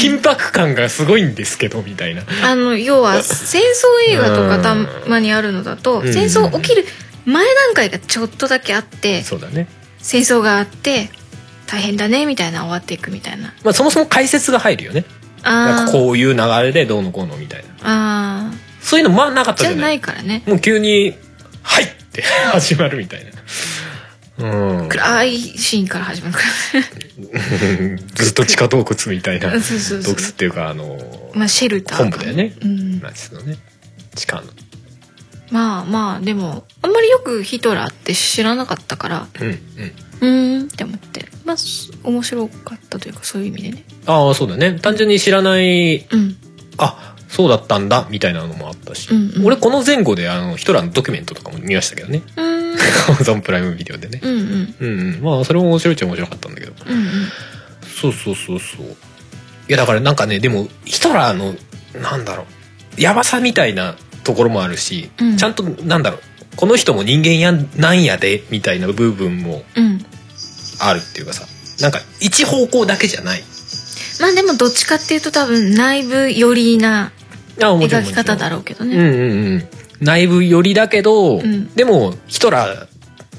A: 緊迫感がすごいんですけどみたいな
B: あの要は戦争映画とかたまにあるのだと
A: うん
B: 戦争起きる前段階がちょっとだけあって
A: そうだね
B: 戦争があって大変だねみたいな終わっていくみたいな
A: まあそもそも解説が入るよねなんか
B: あー
A: こういう流れでどうのこうのみたいな
B: あ
A: そういうのまあなかっ
B: ーじ
A: たじ
B: ゃ
A: ゃな
B: ないいからね
A: もう急に「はい!」って 始まるみたいな うん
B: 暗いシーンから始まるか
A: ずっと地下洞窟みたいな
B: ら
A: 洞
B: そうそうそ
A: 窟
B: う
A: っていうかあの
B: まあシェルターか
A: 本部だよね
B: うん、
A: ナチスのね地下の
B: まあまあでもあんまりよくヒトラーって知らなかったから
A: うんうん
B: うーんって思ってまあす面白かったというかそういう意味でね
A: ああそうだね単純に知らない
B: うん
A: あそうだったんだみたいなのもあったし、
B: うんうん
A: 俺この前後であのヒトラーのドキュメントとかも見ましたけどね
B: うーん
A: Amazon プライムビデオでね
B: うんうん
A: うんうんまあそれも面白いっちゃ面白かったんだけど
B: うんうん
A: そうそうそうそういやだからなんかねでもヒトラーのなんだろうやばさみたいなところもあるし、
B: うん
A: ちゃんとなんだろうこの人も人間やなんやでみたいな部分も
B: うん
A: あるっていうかさなんか一方向だけじゃない
B: まあでもどっちかっていうと多分内部寄りな
A: あも
B: 描き方だ
A: ろ
B: ろうけど
A: う、ね、
B: ね。
A: うんうんうん内部寄りだけど、
B: ん
A: でもヒトラー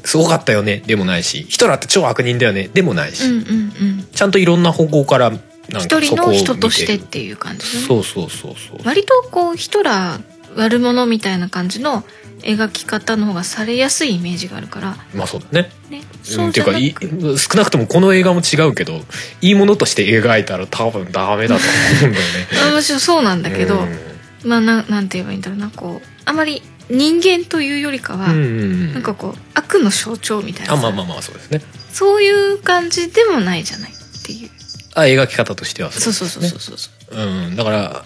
A: すごかったよねでもないしヒトラーって超悪人だよねでもないし、
B: うんうんうん。
A: ちゃんといろんな方向からなんか
B: 一人
A: そこを
B: の
A: 見
B: 人として
A: て
B: っ
A: る
B: ていう感じだね。
A: そうそうそうそう
B: 割とこうヒトラー悪者みたいな感じの描き方の方がされやすいイメージがあるから
A: まあそうだね
B: ね。
A: う
B: そ
A: ん、っ
B: う
A: て
B: じ
A: い
B: ゃ
A: うか
B: ないく
A: い少なくともこの映画も違うけどいいものとして描いたら多分ダメだと思うんだよね
B: あもちろんそうなんだ けど、
A: う
B: まあななんて言えばいいんだろうなこうあまり人間というよりかは、
A: んうんうん
B: なんかこう悪の象徴みたいな
A: あ
B: さ
A: まあまあまあそうですね
B: そういう感じでもないじゃないっていう。
A: あ描き方としては
B: そうそう
A: です
B: そう
A: ね
B: そうそう。
A: うんだから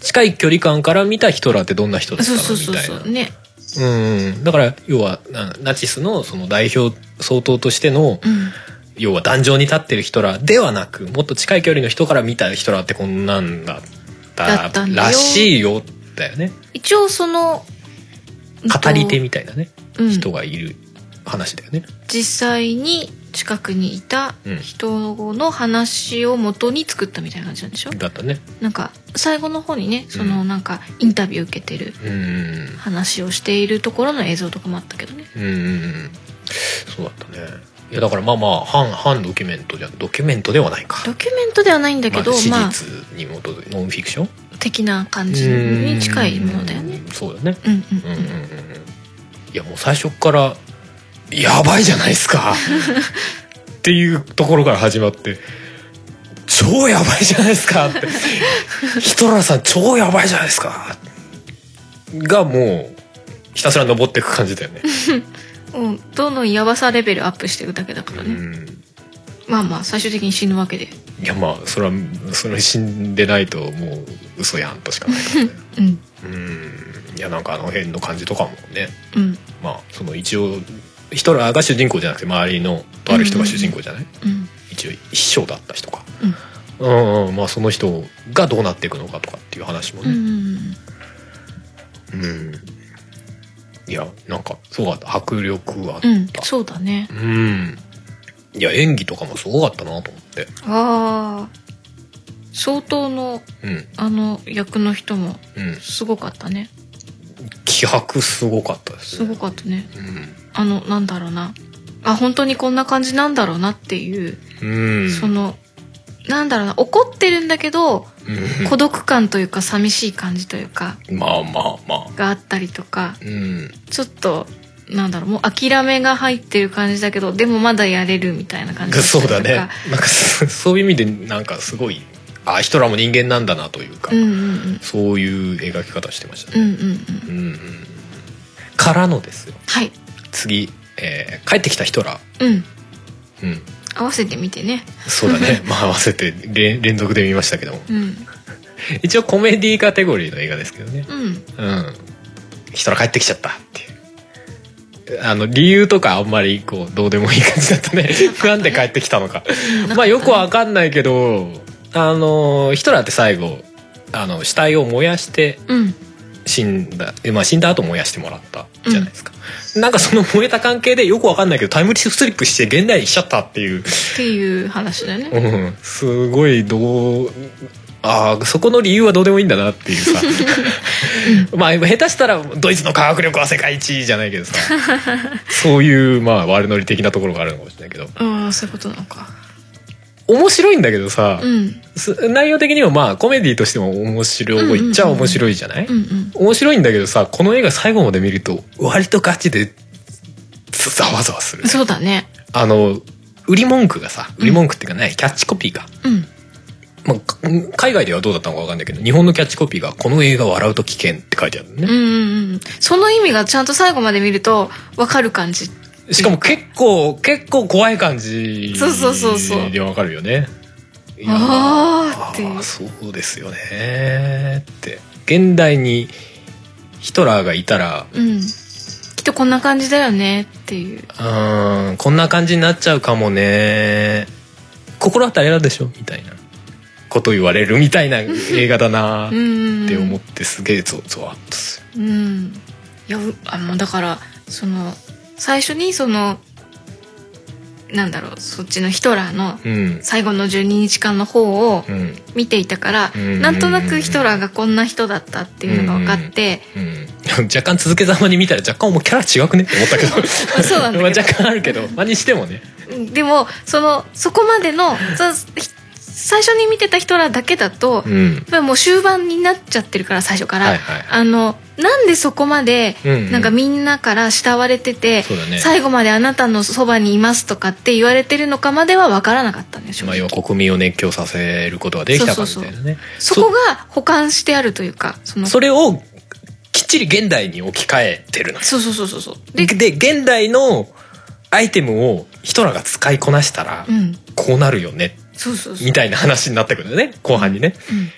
A: 近い距離感から見たヒトラーってどんな人だった
B: そう
A: の
B: そうそ
A: み
B: う
A: たい
B: そ
A: な
B: うね。
A: うんだから要はなナチスのその代表総統としての
B: うん。
A: 要は壇上に立ってる人らではなくもっと近い距離の人から見た人らってこんなんだっ
B: だ
A: た
B: ったんだよ
A: らしいよだよね
B: 一応その
A: 語り手みたいなね、
B: うん
A: 人がいる話だよね。
B: 実際に近くにいた人の話を元に作ったみたいな感じなんでしょ、
A: だったね。
B: なんか最後の方にねそうのなんかインタビュー受けてる
A: うーん
B: 話をしているところの映像とかもあったけどね
A: うんうんうんそうだったねいやだからまあまあ反反ドキュメントじゃドキュメントではないか
B: ドキュメントではないんだけど、
A: ま
B: ま
A: あ、
B: あ、
A: 史実に基づいてノンフィクション
B: 的な感じに近いものだよね
A: うんそうだね
B: うんうん
A: うんうんうんうんいやもう最初っからやばいじゃないですかっていうところから始まって超やばいじゃないですかってヒトラーさん超やばいじゃないですかがもうひたすら登っていく感じだよね、
B: うん、うんどんどんやばさレベルアップしていくだけだか
A: う
B: らね、
A: ん、
B: まあまあ最終的に死ぬわけで
A: いやまあそれはそれ死んでないともう嘘やんとしかないからね
B: うん
A: うんいやなんかあの辺の感じとかもね
B: うん
A: まあその一応ヒトラーが主人公じゃなくて周りのとある人が主人公じゃない、
B: うん
A: 一応一生だった人か
B: う
A: う
B: ん
A: ん、うん、まあその人がどうなっていくのかとかっていう話も
B: うんう
A: ね
B: ん
A: うん、いやなんかすごかった迫力あっ
B: うんうん
A: た
B: そうだね
A: うん、いや演技とかもすごかったなと思って
B: ああ相当の
A: うん
B: あの役の人も
A: うん
B: すごかったね
A: 気迫すごかったです
B: す
A: ね
B: ごかったね
A: うん
B: あのなんだろうなあ本当にこんな感じなんだろうなっていう、
A: うん、
B: そのなんだろうな怒ってるんだけど
A: うん
B: 孤独感というか寂しい感じというか
A: まあまあまあ
B: があったりとか
A: うん
B: ちょっとなんだろうもう諦めが入ってる感じだけどでもまだやれるみたい な感じだった
A: そう
B: りとか
A: だねなんかそそういう意味でなんかすごいあヒトラーも人間なんだなというか、
B: うんうんうん
A: そういう描き方してました
B: うん
A: ね、
B: うんうん
A: うんうんからのですよ
B: はい
A: 次、えー帰ってきたヒトラ
B: うん
A: ー」うん、
B: 合わせてみてね
A: そうだ ねまあ合わせて連連続で見ましたけども
B: うん
A: 一応コメディカテゴリーの映画ですけどね
B: うん
A: うんヒトラー帰ってきちゃったっていうあの理由とかあんまりこうどうでもいい感じだったね なんで帰ってきたのかまあよくわかんないけどあのヒトラーって最後あの死体を燃やして
B: うん
A: 死んだ、まあ、死んだ後燃やしてもらったじゃないですか、なんかその燃えた関係でよくわかんないけどタイムスリップして現代にしちゃったっていう、
B: っていう話だよね
A: うん、すごいどうああそこの理由はどうでもいいんだなっていうさまあ下手したらドイツの科学力は世界一じゃないけどさそういうまあ悪ノリ的なところがあるのかもしれないけど
B: うんそういうことなのか
A: 面白いんだけどさ、
B: うん
A: す内容的にはまあコメディとしても面白いっちゃ面白いじゃない、
B: うんうん
A: 面白いんだけどさこの映画最後まで見ると割とガチでつざわざわする
B: そうだね
A: あの売り文句がさ
B: ん
A: 売り文句っていうかない、キャッチコピーが、
B: うん
A: まあか海外ではどうだったのか分かんないけど日本のキャッチコピーが「この映画笑うと危険」って書いてあるの
B: うん
A: ね、
B: うんうんその意味がちゃんと最後まで見るとわかる感じ
A: しかも結構結構怖い感じ
B: そうそうそうそう
A: で分かるよねいや
B: あーっていう
A: あーそうですよねーって現代にヒトラーがいたら
B: うんきっとこんな感じだよねっていう
A: うーんこんな感じになっちゃうかもね心当たりあるでしょみたいなこと言われるみたいな映画だな
B: う
A: っ
B: ん
A: て思ってすげえゾゾワッとす
B: うんいやうあのだからその最初にそのなんだろうそっちのヒトラーの
A: るうん
B: 最後の12日間の方を
A: うん
B: 見ていたから、
A: うん
B: なんとなくヒトラーがこんな人だったっていうのが分かって、
A: うん 若干続けざまに見たら若干もうキャラ違くねって思ったけど
B: まあそうなんだ
A: まあ
B: けど
A: 若干あるけどまあにしてもね
B: でもそのそこまでのそのひ最初に見てたヒトラーだけだと、
A: う
B: やっ
A: ん
B: ぱりもう終盤になっちゃってるから最初から、
A: はいはい
B: あのなんでそこまで、
A: うんうん
B: なんかみんなから慕われてて、
A: そうだね
B: 最後まであなたのそばにいますとかって言われてるのかまでは分からなかったんでしょ
A: まあ要は国民を熱狂させることができたか
B: そう
A: み
B: そう
A: た
B: そう
A: いなね
B: そこが保管してあるというかその
A: それをきっちり現代に置き換えてるのよ
B: そうそうそうそうそう
A: で
B: で
A: 現代のアイテムをヒトラーが使いこなしたら、
B: うん
A: こうなるよね
B: そうそうそう
A: みたいな話になってくるよね後半にね、
B: うん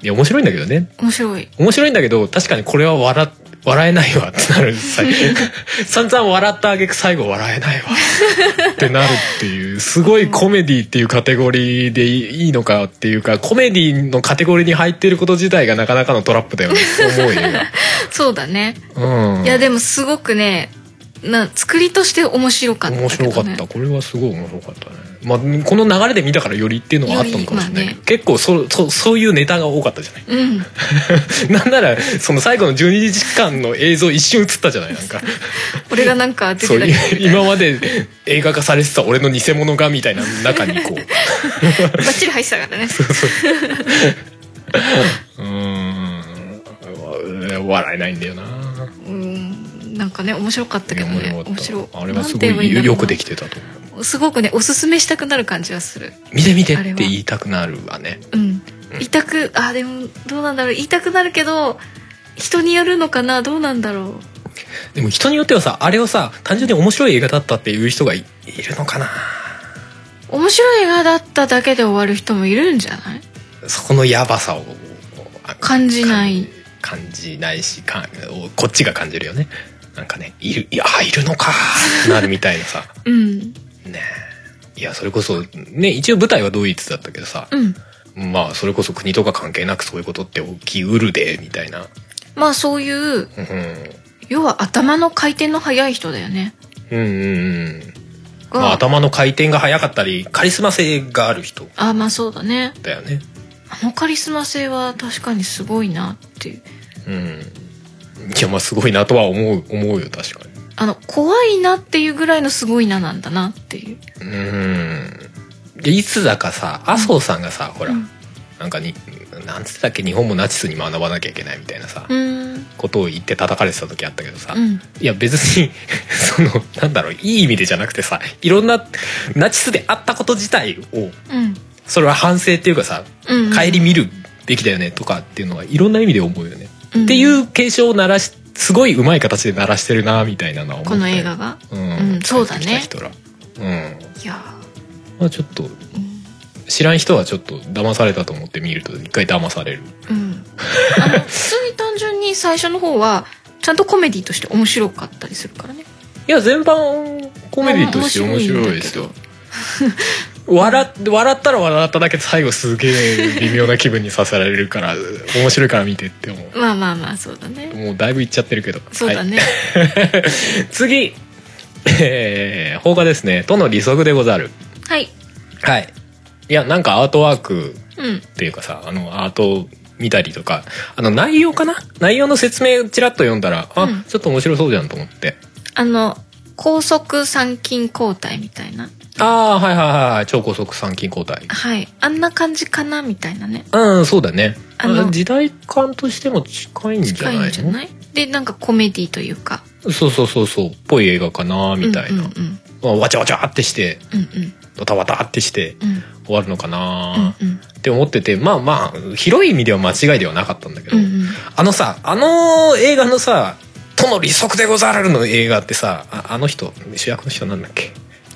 A: いや面白いんだけどね
B: 面白い
A: 面白いんだけど確かにこれは笑っ笑えないわってなる最 散々笑ったあげく最後笑えないわってなるっていうすごいコメディっていうカテゴリーでいいのかっていうかコメディのカテゴリーに入っていること自体がなかなかのトラップだよねって思う映
B: そうだね。
A: 画、うん、
B: いや、でもすごくね、な、作りとして面白かったけど、
A: 面
B: ね。
A: 白かったこれはすごい面白かったね、まあ、この流れで見たからよりっていうのはあったのかもしれないけど、
B: よりまあね
A: 結構そそそういうネタが多かったじゃない
B: うん。
A: なんならその最後の12時間の映像一瞬映ったじゃないなんか
B: 俺がなんか出
A: そ
B: て
A: う
B: た
A: い
B: けど
A: 今まで映画化されてた俺の偽物がみたいな中に こう
B: バッチリ入ってたからね。
A: うーんわ笑えないんだよな
B: うん。なんかね、面白かったけど
A: 面
B: ね。
A: 白か
B: 面白
A: ったあれはす
B: な
A: ご
B: んて言えばんだ
A: い
B: ろうな
A: よくできてたと思う
B: すごくね、おすすめしたくなる感じはする。
A: 見て見てっ
B: あれ
A: て
B: は
A: 言いたくなるわね
B: うん。言いたく、あ、でも、どうなんだろう。言いたくなるけど、人によるのかなどうなんだろう。
A: でも人によってはさあれをさ単純に面白い映画だったっていう人がいいるのかな
B: 面白い映画だっただけで終わる人もいるんじゃない
A: そこのやばさをあ
B: 感じない
A: 感感じないしかんこっちが感じるよねなんかねいるいやあいるのかってなるみたいなさ
B: うん。
A: ねえいやそれこそね一応舞台はドイツだったけどさ、
B: うん。
A: まあそれこそ国とか関係なくそういうことって起きうるでみたいな、
B: まあそういう、
A: うん、
B: 要は頭の回転の速い人だよね。
A: うんうんうん
B: が、
A: まあ、頭の回転が早かったりカリスマ性がある人
B: あまあそうだね。
A: だよね
B: あのカリスマ性は確かにすごいなっていう。
A: うんいやまあすごいなとは思う思うよ確かに
B: あの、怖いなっていうぐらいのすごいななんだなっていう。
A: うんでいつだかさ麻生さんがさ、ほら、
B: うん
A: なんかになんつってたっけ日本もナチスに学ばなきゃいけないみたいなさ、
B: うん。
A: ことを言って叩かれてた時あったけどさ、
B: うん。
A: いや別に そのなんだろういい意味でじゃなくてさいろんなナチスであったこと自体を
B: うん。
A: それは反省っていうかさ
B: うん。
A: 顧みるべきだよねとかっていうのはいろんな意味で思うよね、
B: うん
A: っていう警鐘を鳴らしすごい上手い形で鳴らしてるなみたいなのは思った
B: こ
A: よ
B: の映画が。
A: うん、
B: うんそうだね
A: 帰ってきた人らうん
B: いや
A: まあちょっと
B: ーうん。
A: 知らん人はちょっと騙されたと思って見ると一回騙される
B: うん、あ の普通に単純に最初の方はちゃんとコメディとして面白かったりするからね
A: いや全般コメディとして面白いですよ笑っ笑ったら笑っただけで最後すげえ微妙な気分にさせられるから面白いから見てって思
B: まあまあまあそうだね
A: うもうだいぶいっちゃってるけど
B: そうだ
A: はい
B: ね、
A: 次えー、放課ですね「との利息でござる
B: はい、」
A: はいいやなんかアートワーク
B: うん
A: っていうかさあのアート見たりとかあの内容かな内容の説明ちらっと読んだらあ、
B: うん
A: ちょっと面白そうじゃんと思って
B: あの高速参勤交代みたいな
A: ああはいはいはい超高速参勤交代
B: はいあんな感じかなみたいなね
A: うんそうだね
B: あの
A: 時代感としても近いんじゃ
B: 近
A: ない
B: い
A: の
B: んじゃないでなんかコメディというか
A: そうそうそうそうっぽい映画かなみたいな、
B: うんうん
A: まあわちゃわちゃってして
B: うんうん
A: ドタバタってして
B: うん
A: 終わるのかな
B: うん
A: って思っててまあまあ広い意味では間違いではなかったんだけ
B: う
A: ど、
B: んうん
A: あのさあの映画のさ「との利息でござる」の映画ってさああの人主役の人なんだっけ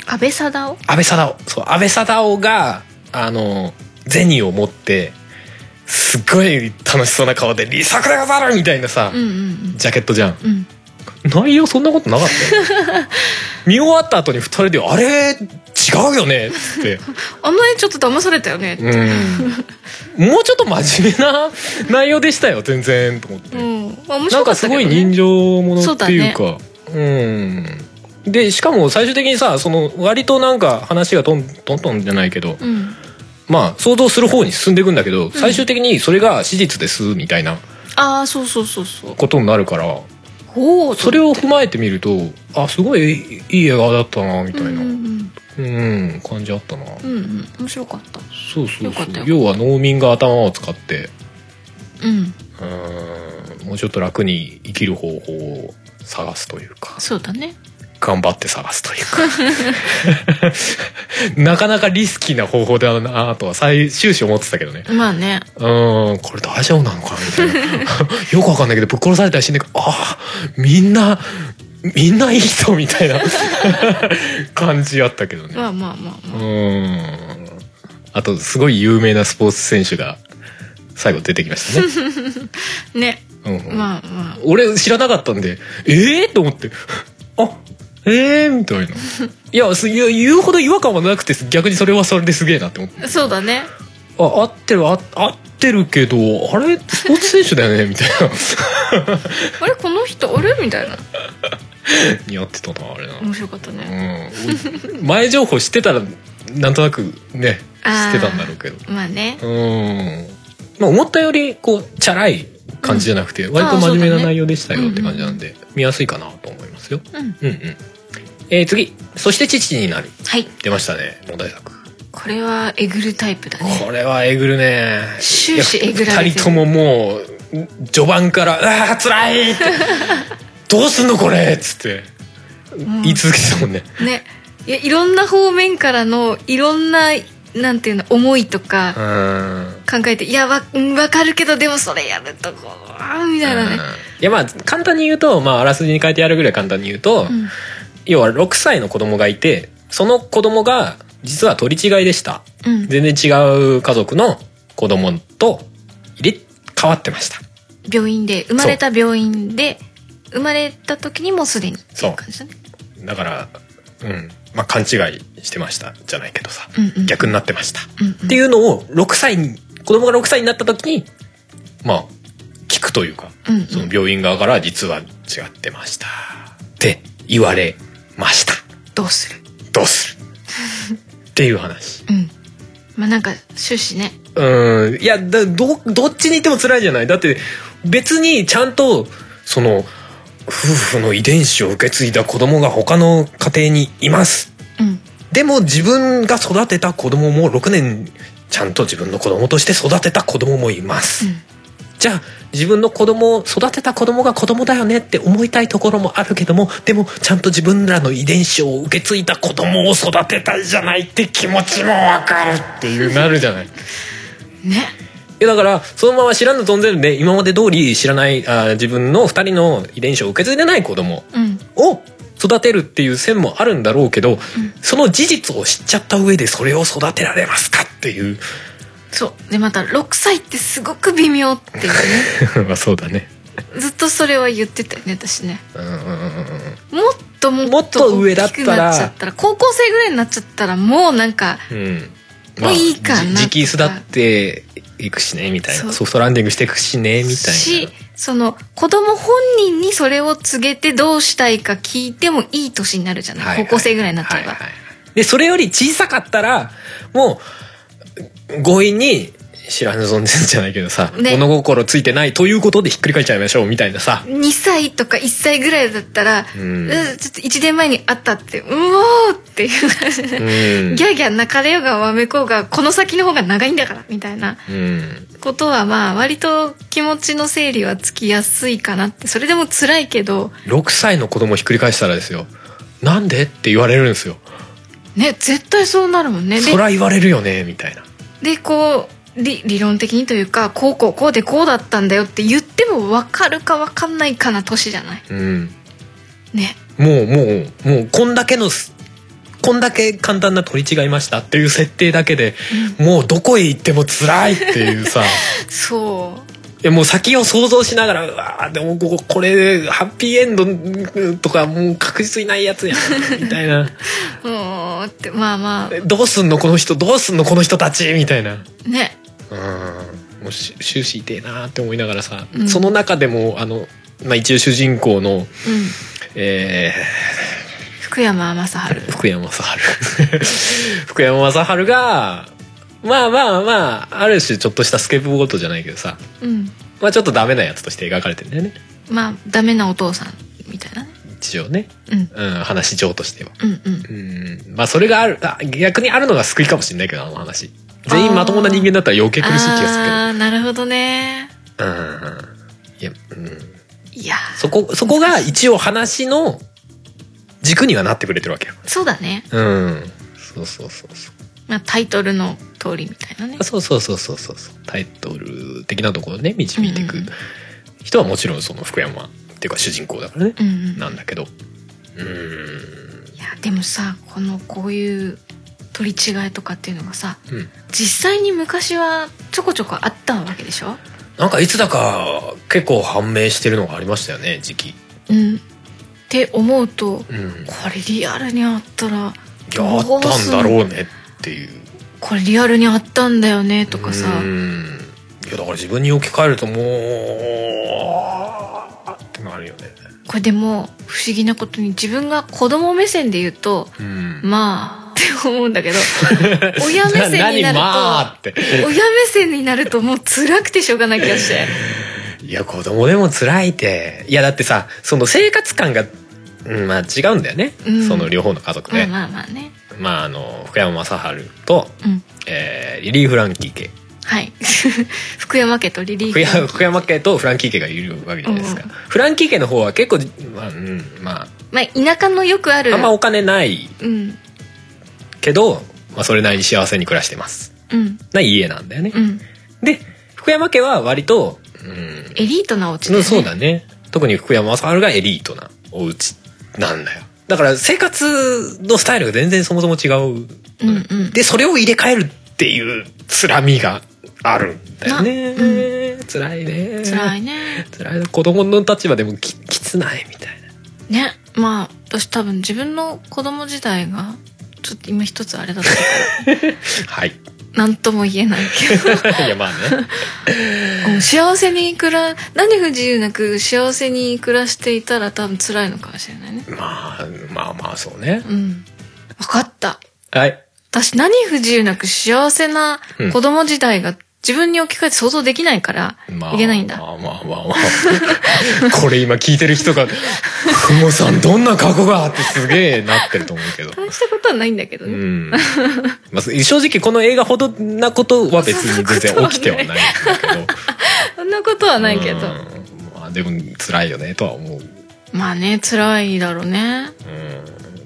B: 安倍貞夫
A: 安倍貞夫そう安倍貞夫があの銭を持ってすっごい楽しそうな顔で「利息でござる!」みたいなさ、
B: うんうん
A: ジャケットじゃん
B: うんうん
A: 内容そんなことなかったよ 見終わった後に2人で「あれ違うよね」っつって
B: あの絵ちょっと騙されたよね
A: うんもうちょっと真面目な内容でしたよ全然と思って。
B: うん、まあ、面
A: な
B: 白
A: ん
B: か
A: か
B: ったけ
A: す
B: ど、
A: ご
B: ね、
A: い人情ものっていうかう,、んでしかも最終的にさその割となんか話がトントントンじゃないけど、
B: うん
A: まあ想像する方に進んでいくんだけど最終的にそれが史実ですみたいな
B: ああそうそうそうそう
A: ことになるから、
B: おお
A: それを踏まえてみるとあすごいいいいい映画だったなみたいな、う
B: うんん
A: 感じあったな、
B: うんうん、うんうん、面白かった
A: そうそう
B: よか
A: そ
B: った
A: う
B: よ
A: 要は農民が頭を使って
B: うん
A: うーんもうちょっと楽に生きる方法を探すというか
B: そうだね
A: 頑張って探すというか なかなかリスキーな方法だなとは最終始思ってたけどね
B: まあね
A: うーんこれ大丈夫なのかなみたいな よくわかんないけどぶっ殺されたり死んでくああみんなみんないい人みたいな感じあったけどね
B: まあまあまあ
A: う
B: まあ
A: ーんあ とすごい有名なスポーツ選手が最後出てきましたね
B: ね
A: うんうん
B: まあまあ
A: 俺知らなかったんでええと思って あええみたいないやす言う言うほど違和感はなくて逆にそれはそれですげえなって思って
B: そうだね
A: あ合ってるあ合ってるけどあれスポーツ選手だよねみたいな
B: あれこの人あれみたいな
A: 似合ってたなあれな、
B: 面白かったね
A: うん、前情報知ってたらなんとなくね
B: あー
A: 知ってたんだろうけど
B: まあね
A: うんまあ思ったよりこうチャラい感じじゃなくて、割と真面目
B: あーそうだ
A: な
B: ね
A: 内容でしたよって感じなんで、見やすいかなと思いますよ
B: うん
A: うんうん。えー、次。そして父になる。
B: はい
A: 出ましたね、問題作。
B: これはえぐるタイプだね
A: これはえぐるね。
B: 終始えぐられてる
A: いや二人とももう、序盤から、うわー、辛いって。どうすんのこれっつって、
B: ん
A: 言い続けてたもんね。
B: ねいやいろんな方面からのいろんななんていうの思いと
A: う
B: か
A: ーん。
B: 考えていやわうんわかるけどでもそれやるとこうあーみたいなね
A: いやまあ簡単に言うと、まあ、あらすじに書いてあるぐらい簡単に言うと、
B: うん
A: 要は6歳の子供がいてその子供が実は取り違いでした
B: うん
A: 全然違う家族の子供と入れ替わってました
B: 病院で生まれた病院で生まれた時にもうすでにって
A: そ
B: いうう感じだね
A: だからうんまあ勘違いしてましたじゃないけどさ、
B: うんうん
A: 逆になってました、
B: うんうん
A: っていうのを6歳に子供が6歳になった時にまあ聞くというか、
B: うんうん
A: その病院側から実は違ってましたって言われました
B: どうする
A: どうするっていう話
B: うんまあなんか終始ね
A: うんいやだどどっちにいても辛いじゃないだって別にちゃんとその夫婦の遺伝子を受け継いだ子供が他の家庭にいます
B: うん
A: でも自分が育てた子供も6年ちゃんと自分の子供として育てた子供もいます、じゃあ自分の子供を育てた子供が子供だよねって思いたいところもあるけどもでもちゃんと自分らの遺伝子を受け継いだ子供を育てたいじゃないって気持ちもわかるっていう なるじゃない。い
B: うんね
A: やだからそのまま知らぬ存ぜるで今まで通り知らないあー自分の2人の遺伝子を受け継いでない子供
B: うん
A: を育てるっていう線もあるんだろうけど、その事実を知っちゃった上でそれを育てられますかっていう
B: そうでまた6歳ってすごく微妙っていう ね
A: まあそうだね。
B: ずっとそれは言ってたよね私ね
A: うんうんうんうん
B: もっともっと
A: もっと上だ
B: 大
A: っ
B: きく
A: たら
B: なっちゃったら高校生ぐらいになっちゃったらもうなんか
A: うん
B: もういいかな
A: じ時期育っていくしねみたい
B: そ
A: な
B: う
A: ソフトランディングしていくしねみたい
B: し
A: な
B: その子供本人にそれを告げてどうしたいか聞いてもいい年になるじゃない、
A: はいはい
B: 高校生ぐらいになっちゃえば、
A: はいはいでそれより小さかったらもう強引に知らぬ存ぜんじゃないけどさ、
B: ね
A: 物心ついてないということでひっくり返っちゃいましょうみたいなさ
B: 2歳とか1歳ぐらいだったら、
A: うん
B: うんちょっと1年前に会ったってうおーっていう感じで、
A: うん
B: ギャーギャー泣かれようがわめこうがこの先の方が長いんだからみたいな
A: うん
B: ことはまあ割と気持ちの整理はつきやすいかなってそれでも辛いけど
A: 6歳の子供ひっくり返したらですよなんでって言われるんですよ
B: ね絶対そうなるもんねで
A: そら言われるよねみたいな
B: でこう理理論的にというかこうこうこうでこうだったんだよって言っても分かるか分かんないかな年じゃない
A: うん
B: ね
A: もうもうもうこんだけのすこんだけ簡単な取り違いましたっていう設定だけで、もうどこへ行っても辛いっていうさい
B: そ
A: やもう先を想像しながらうわーでもこここれハッピーエンドうんとかもう確実にないやつやん みたいな
B: うもうってまあま
A: えどうすんのこの人どうすんのこの人たちみたいな
B: あね
A: うんもうし終始痛えなーって思いながらさ、
B: うん
A: その中でもあの、まあ、一応主人公の、
B: うん
A: えー、
B: 福山雅治
A: 福山雅治 福山雅治がまあまあまあある種ちょっとしたスケープゴートじゃないけどさ
B: うん
A: まあちょっとダメなやつとして描かれてんだよね
B: まあダメなお父さんみたいなね
A: 一応ね、
B: うん
A: うん、話上としては
B: うんうん
A: うんまあそれがあるあ逆にあるのが救いかもしれないけどあの話全員まともな人間だったら余計苦しい気がする
B: あーなるほどね
A: けどうんいや、うん、
B: いやー
A: そこそこが一応話の軸にはなってくれてるわけよ
B: そうだね
A: うんそうそうそうそう
B: まあタイトルの通りみたいなね
A: そうそうそうそうそうそうタイトル的なところをね導いていく
B: うんうん
A: 人はもちろんその福山っていうか主人公だからね
B: う、んうん
A: なんだけどうー
B: いやでもさこのこういう取り違いとかっていうのがさ
A: んうん
B: 実際に昔はちょこちょこあったわけでしょ
A: なんかいつだか結構判明してるのがありましたよね時期
B: うんって思うと
A: うん
B: これリアルにあったら
A: いやあ
B: ど
A: っ
B: う
A: たん
B: すん
A: だ
B: の
A: ろうねっていう
B: これリアルにあったんだよねとかさ
A: うんいやだから自分に置き換えるともうあーってなるよね
B: これでも不思議なことに自分が子供目線で言うと
A: うん
B: まあって思うん だけど親目線に
A: 何
B: なる
A: まあ
B: と
A: って
B: 親目線になるともう辛くてしょうがない気 がして
A: いや子供でも辛いっていやだってさその生活感が、うん、まあ違うんだよね、
B: うん
A: その両方の家族
B: まあ
A: で、
B: まあまあね
A: まああの福山雅治と、
B: うん
A: えーリリー・フランキー家
B: はい 福山家とリリー
A: 福
B: 家
A: 山福山家とフランキー家がいるわけじゃないですか、
B: うん
A: フランキー家の方は結構、まあうんまあ、
B: まあ田舎のよくある
A: あんまお金ない
B: うん
A: けど、まあ、それなりに幸せに暮らしてます
B: うん
A: な家なんだよね、
B: うん
A: で福山家は割と、うん
B: エリートなお家だよ
A: うん
B: ね
A: そうだね特に福山雅治がエリートなお家なんだよだから生活のスタイルが全然そもそも違う、
B: うんうん
A: でそれを入れ替えるっていう辛みがあるんだよね、
B: なう
A: 辛いね
B: 辛いね
A: 辛い子供の立場でもききつないみたいな
B: ねまあ私多分自分の子供時代がちょっと今一つあれだったか
A: はいい
B: らなんとも言えないけ ど
A: やまあね
B: うん幸せに暮ら何不自由なく幸せに暮らしていたら多分辛いのかもしれないね
A: まあまあまあそうね
B: うん分かった
A: はい
B: 私何不自由なく幸せな子供時代が自分に置き換えて想像できないからいけないんだ、
A: まあまあまあまあ。 これ今聞いてる人が、ふもさんどんな過去がってすげえなってると思うけど。
B: 大したことはないんだけど
A: う
B: ね、
A: ん。まあ正直この映画ほどなことは別に全然起きてはないんだけ ど。
B: そんなことはないけど、
A: うんまあでも辛いよねとは思う。
B: まあね辛いだろうね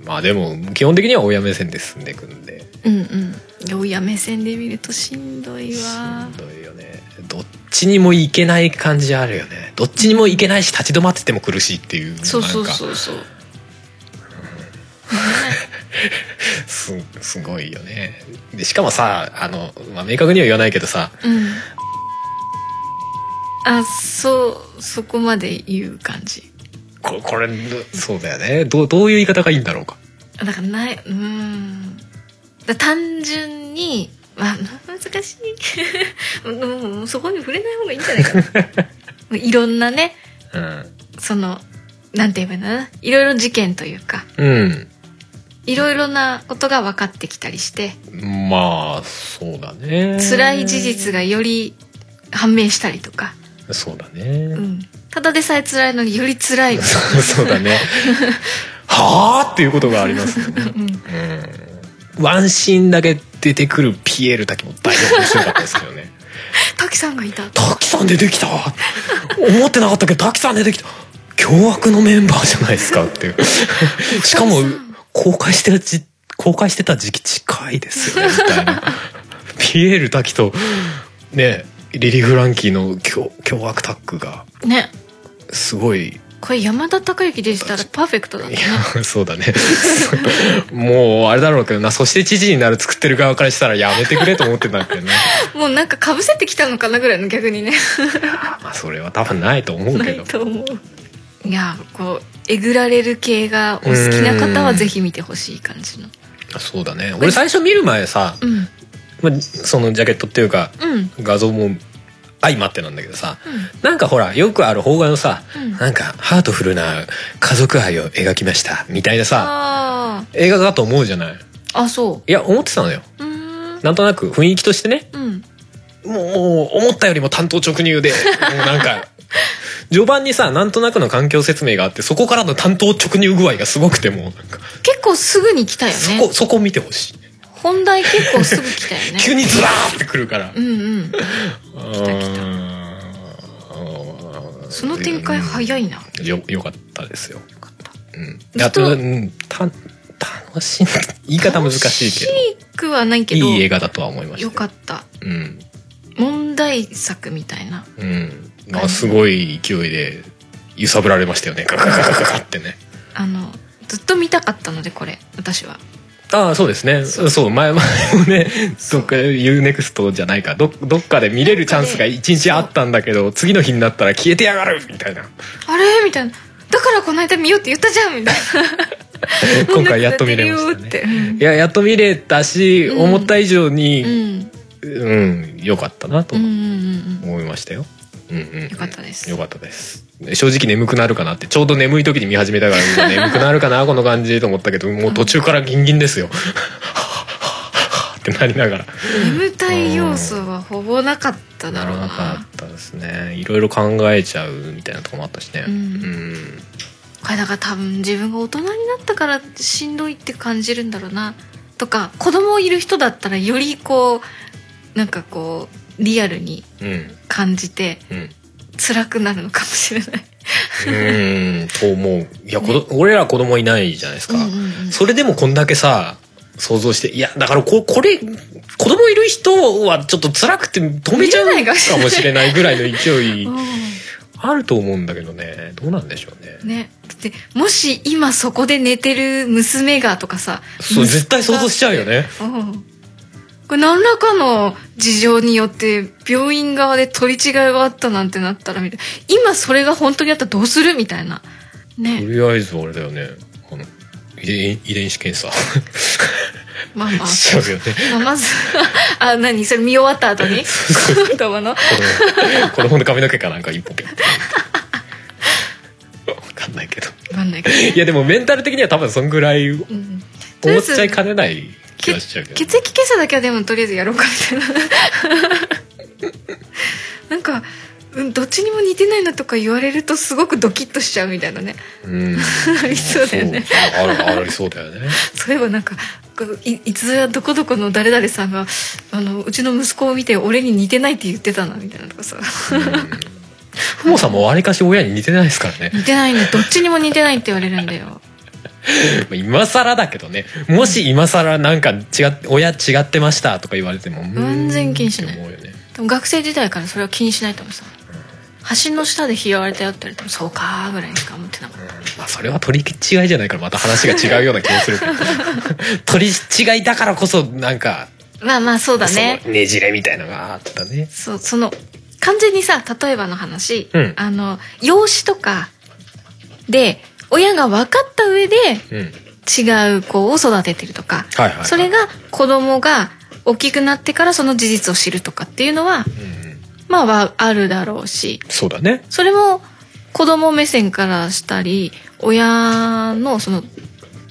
A: うん。まあでも基本的には親目線で進んでいくんで、
B: うんうん親目線で見るとしんどい
A: し
B: わ
A: んどいよね。どっちにも行けない感じあるよね。どっちにも行けないし立ち止まってても苦しいっていう。
B: そうそう
A: なんか
B: そうそう
A: すすごいよねでしかもさあの、まあ、明確には言わないけどさ
B: うんあそうそこまで言う感じ
A: ここれそうだよねどうどういう言い方がいいんだろうか
B: だからないうーんだ単純にまあ難しい もうもうそこに触れない方がいいんじゃないかなも ういろんなね
A: うん、
B: そのなんて言えばいいんだろうないろいろ事件というかいろいろなことが分かってきたりして
A: うん、まあそうだね
B: 辛い事実がより判明したりとか、
A: そうだね、
B: うん、ただでさえ辛いのにより辛い、
A: そうそうだねはあっていうことがありますよね
B: うん、
A: うんワンシーンだけ出てくるピエールだけもだいぶ面白かったですけどね
B: 滝さんがいた
A: 滝さん出てきた思ってなかったけど滝さん出てきた凶悪のメンバーじゃないですかっていうしかも
B: 滝さん
A: 公開してるじ公開してた時期近いですよねみたいなピエール滝とねリリー・フランキーの凶凶悪タッグが
B: ね
A: すごい
B: これ山田孝之でしたらパーフェクトだっ
A: い
B: たね
A: やそうだねもうあれだろうけどなそして知事になる作ってる側からしたらやめてくれと思ってたんだけどね
B: もうなんかかぶせてきたのかなぐらいの逆にね
A: まあそれは多分ないと思う
B: な
A: け
B: い
A: ど
B: と思ういやこうえぐられる系がお好きな方はぜひ見てほしい感じの
A: そうだね俺最初見る前さ、
B: うん
A: まあ、そのジャケットっていうか
B: うん
A: 画像も相まってなんだけどさなんかほらよくある邦画のさ、
B: うん
A: なんかハートフルな家族愛を描きましたみたいなさ
B: あ
A: 映画だと思うじゃない
B: ああそ
A: いや思ってたのよ
B: ううーん
A: なんとなく雰囲気としてね
B: うん
A: もう思ったよりも単刀直入でもうなんか序盤にさなんとなくの環境説明があってそこからの単刀直入具合がすごくてもうなんか
B: 結構すぐに来たよ
A: そ
B: ね
A: こそこ見てほしい、
B: 本題結構すぐ来たよ ね
A: 急にズラーってくるから
B: うんうん
A: 来
B: た来た
A: た
B: その展開早いな
A: よよかったですよ。うん、
B: ずっ
A: あ
B: と
A: と、うん、た楽しい 言い方難しいけど
B: 楽しくはないけど
A: いい映画だとは思いました
B: よかった
A: うん、
B: 問題作みたいな
A: うん、まあすごい勢いで揺さぶられましたよねガガガガガガってね
B: あのずっと見たかったのでこれ私は
A: ああそうですねそう前 前もねどっか UNEXT じゃないかどどっかで見れるチャンスが一日あったんだけど次の日になったら消えてやがるみたいな
B: あれみたいなだからこの間見ようって言ったじゃんみたい な
A: 今回やっと見れました
B: もうなくなっ
A: ね
B: てるよっ
A: いややっと見れたし、
B: うん
A: 思った以上
B: て う
A: に
B: ん
A: うん良、かったなと
B: うんうんうん
A: 思いましたよ、うんうんうん
B: よかったです
A: よかったです正直眠くなるかなってちょうど眠い時に見始めたから眠くなるかな この感じと思ったけどもう途中からギンギンですよはあはあはあはあってなりながら
B: うん眠たい要素はほぼなかっただろう
A: なか
B: な
A: ったですねいろいろ考えちゃうみたいなとこもあったしね
B: う
A: うんん、
B: これだから多分自分が大人になったからしんどいって感じるんだろうなとか子供いる人だったらよりこうなんかこうリアルに
A: うん
B: 感じて
A: うん
B: 辛くなるのかもしれない。
A: うんと思ういや子ど、俺ら子供いないじゃないですか、それでもこんだけさ想像していやだからここれ子供いる人はちょっと辛くて止めちゃう
B: 見れないか
A: か
B: もしれない
A: もしれないぐらいの勢い
B: うん
A: あると思うんだけどねどうなんでしょうね
B: ね、だってもし今そこで寝てる娘がとかさ
A: そう絶対想像しちゃうよね
B: うんこれ何らかの事情によって病院側で取り違いがあったなんてなったらみたいな今それが本当にあったらどうするみたいな
A: と
B: ね
A: りあえずあれだよねあの遺伝遺伝子検査
B: まあまあ
A: しちゃうよね
B: まあまず あ何それ見終わった後に 子供の
A: この本の 髪の毛かなんか一本ペッてわかんないけど
B: 分かんないけど、
A: いやでもメンタル的には多分そんぐらい思っ
B: うん、とりあえず
A: ちゃいかねない気
B: け
A: がし
B: 血
A: ちゃう
B: 液
A: けど
B: 検査だけはでもとりあえずやろうかみたいな なんか、うん、どっちにも似てないなとか言われるとすごくドキッとしちゃうみたいなね
A: うん
B: ありそうだよ ね
A: そうそうあるありそうだよね
B: そういえばなんかこういいつぞやどこどこの誰々さんがあのうちの息子を見て俺に似てないって言ってたなみたいなとかさ
A: ふもさんもわりかし親に似てないです からね、
B: 似てないのどっちにも似てないって言われるんだよ
A: まあ今更だけどねもし今更なんか違って親違ってましたとか言われても
B: 全然気にしない
A: うんって思うよね
B: でも学生時代からそれは気にしないと思うさ橋の下で拾われたよって言われてもそうかーぐらいにしか思ってなかった
A: まあそれは取り違いじゃないからまた話が違うような気もするけ ど取り違いだからこそなんか
B: まあまあそうだね
A: そのねじれみたいのがあったね
B: そうその完全にさ例えばの話、
A: うん
B: あの養子とかで親が分かった上で
A: うんはい
B: 違う子を育ててるとか、
A: はい、はい、
B: それが子供が大きくなってからその事実を知るとかっていうのは
A: うんうん
B: まあわあるだろうし
A: そうだね
B: それも子供目線からしたり親のその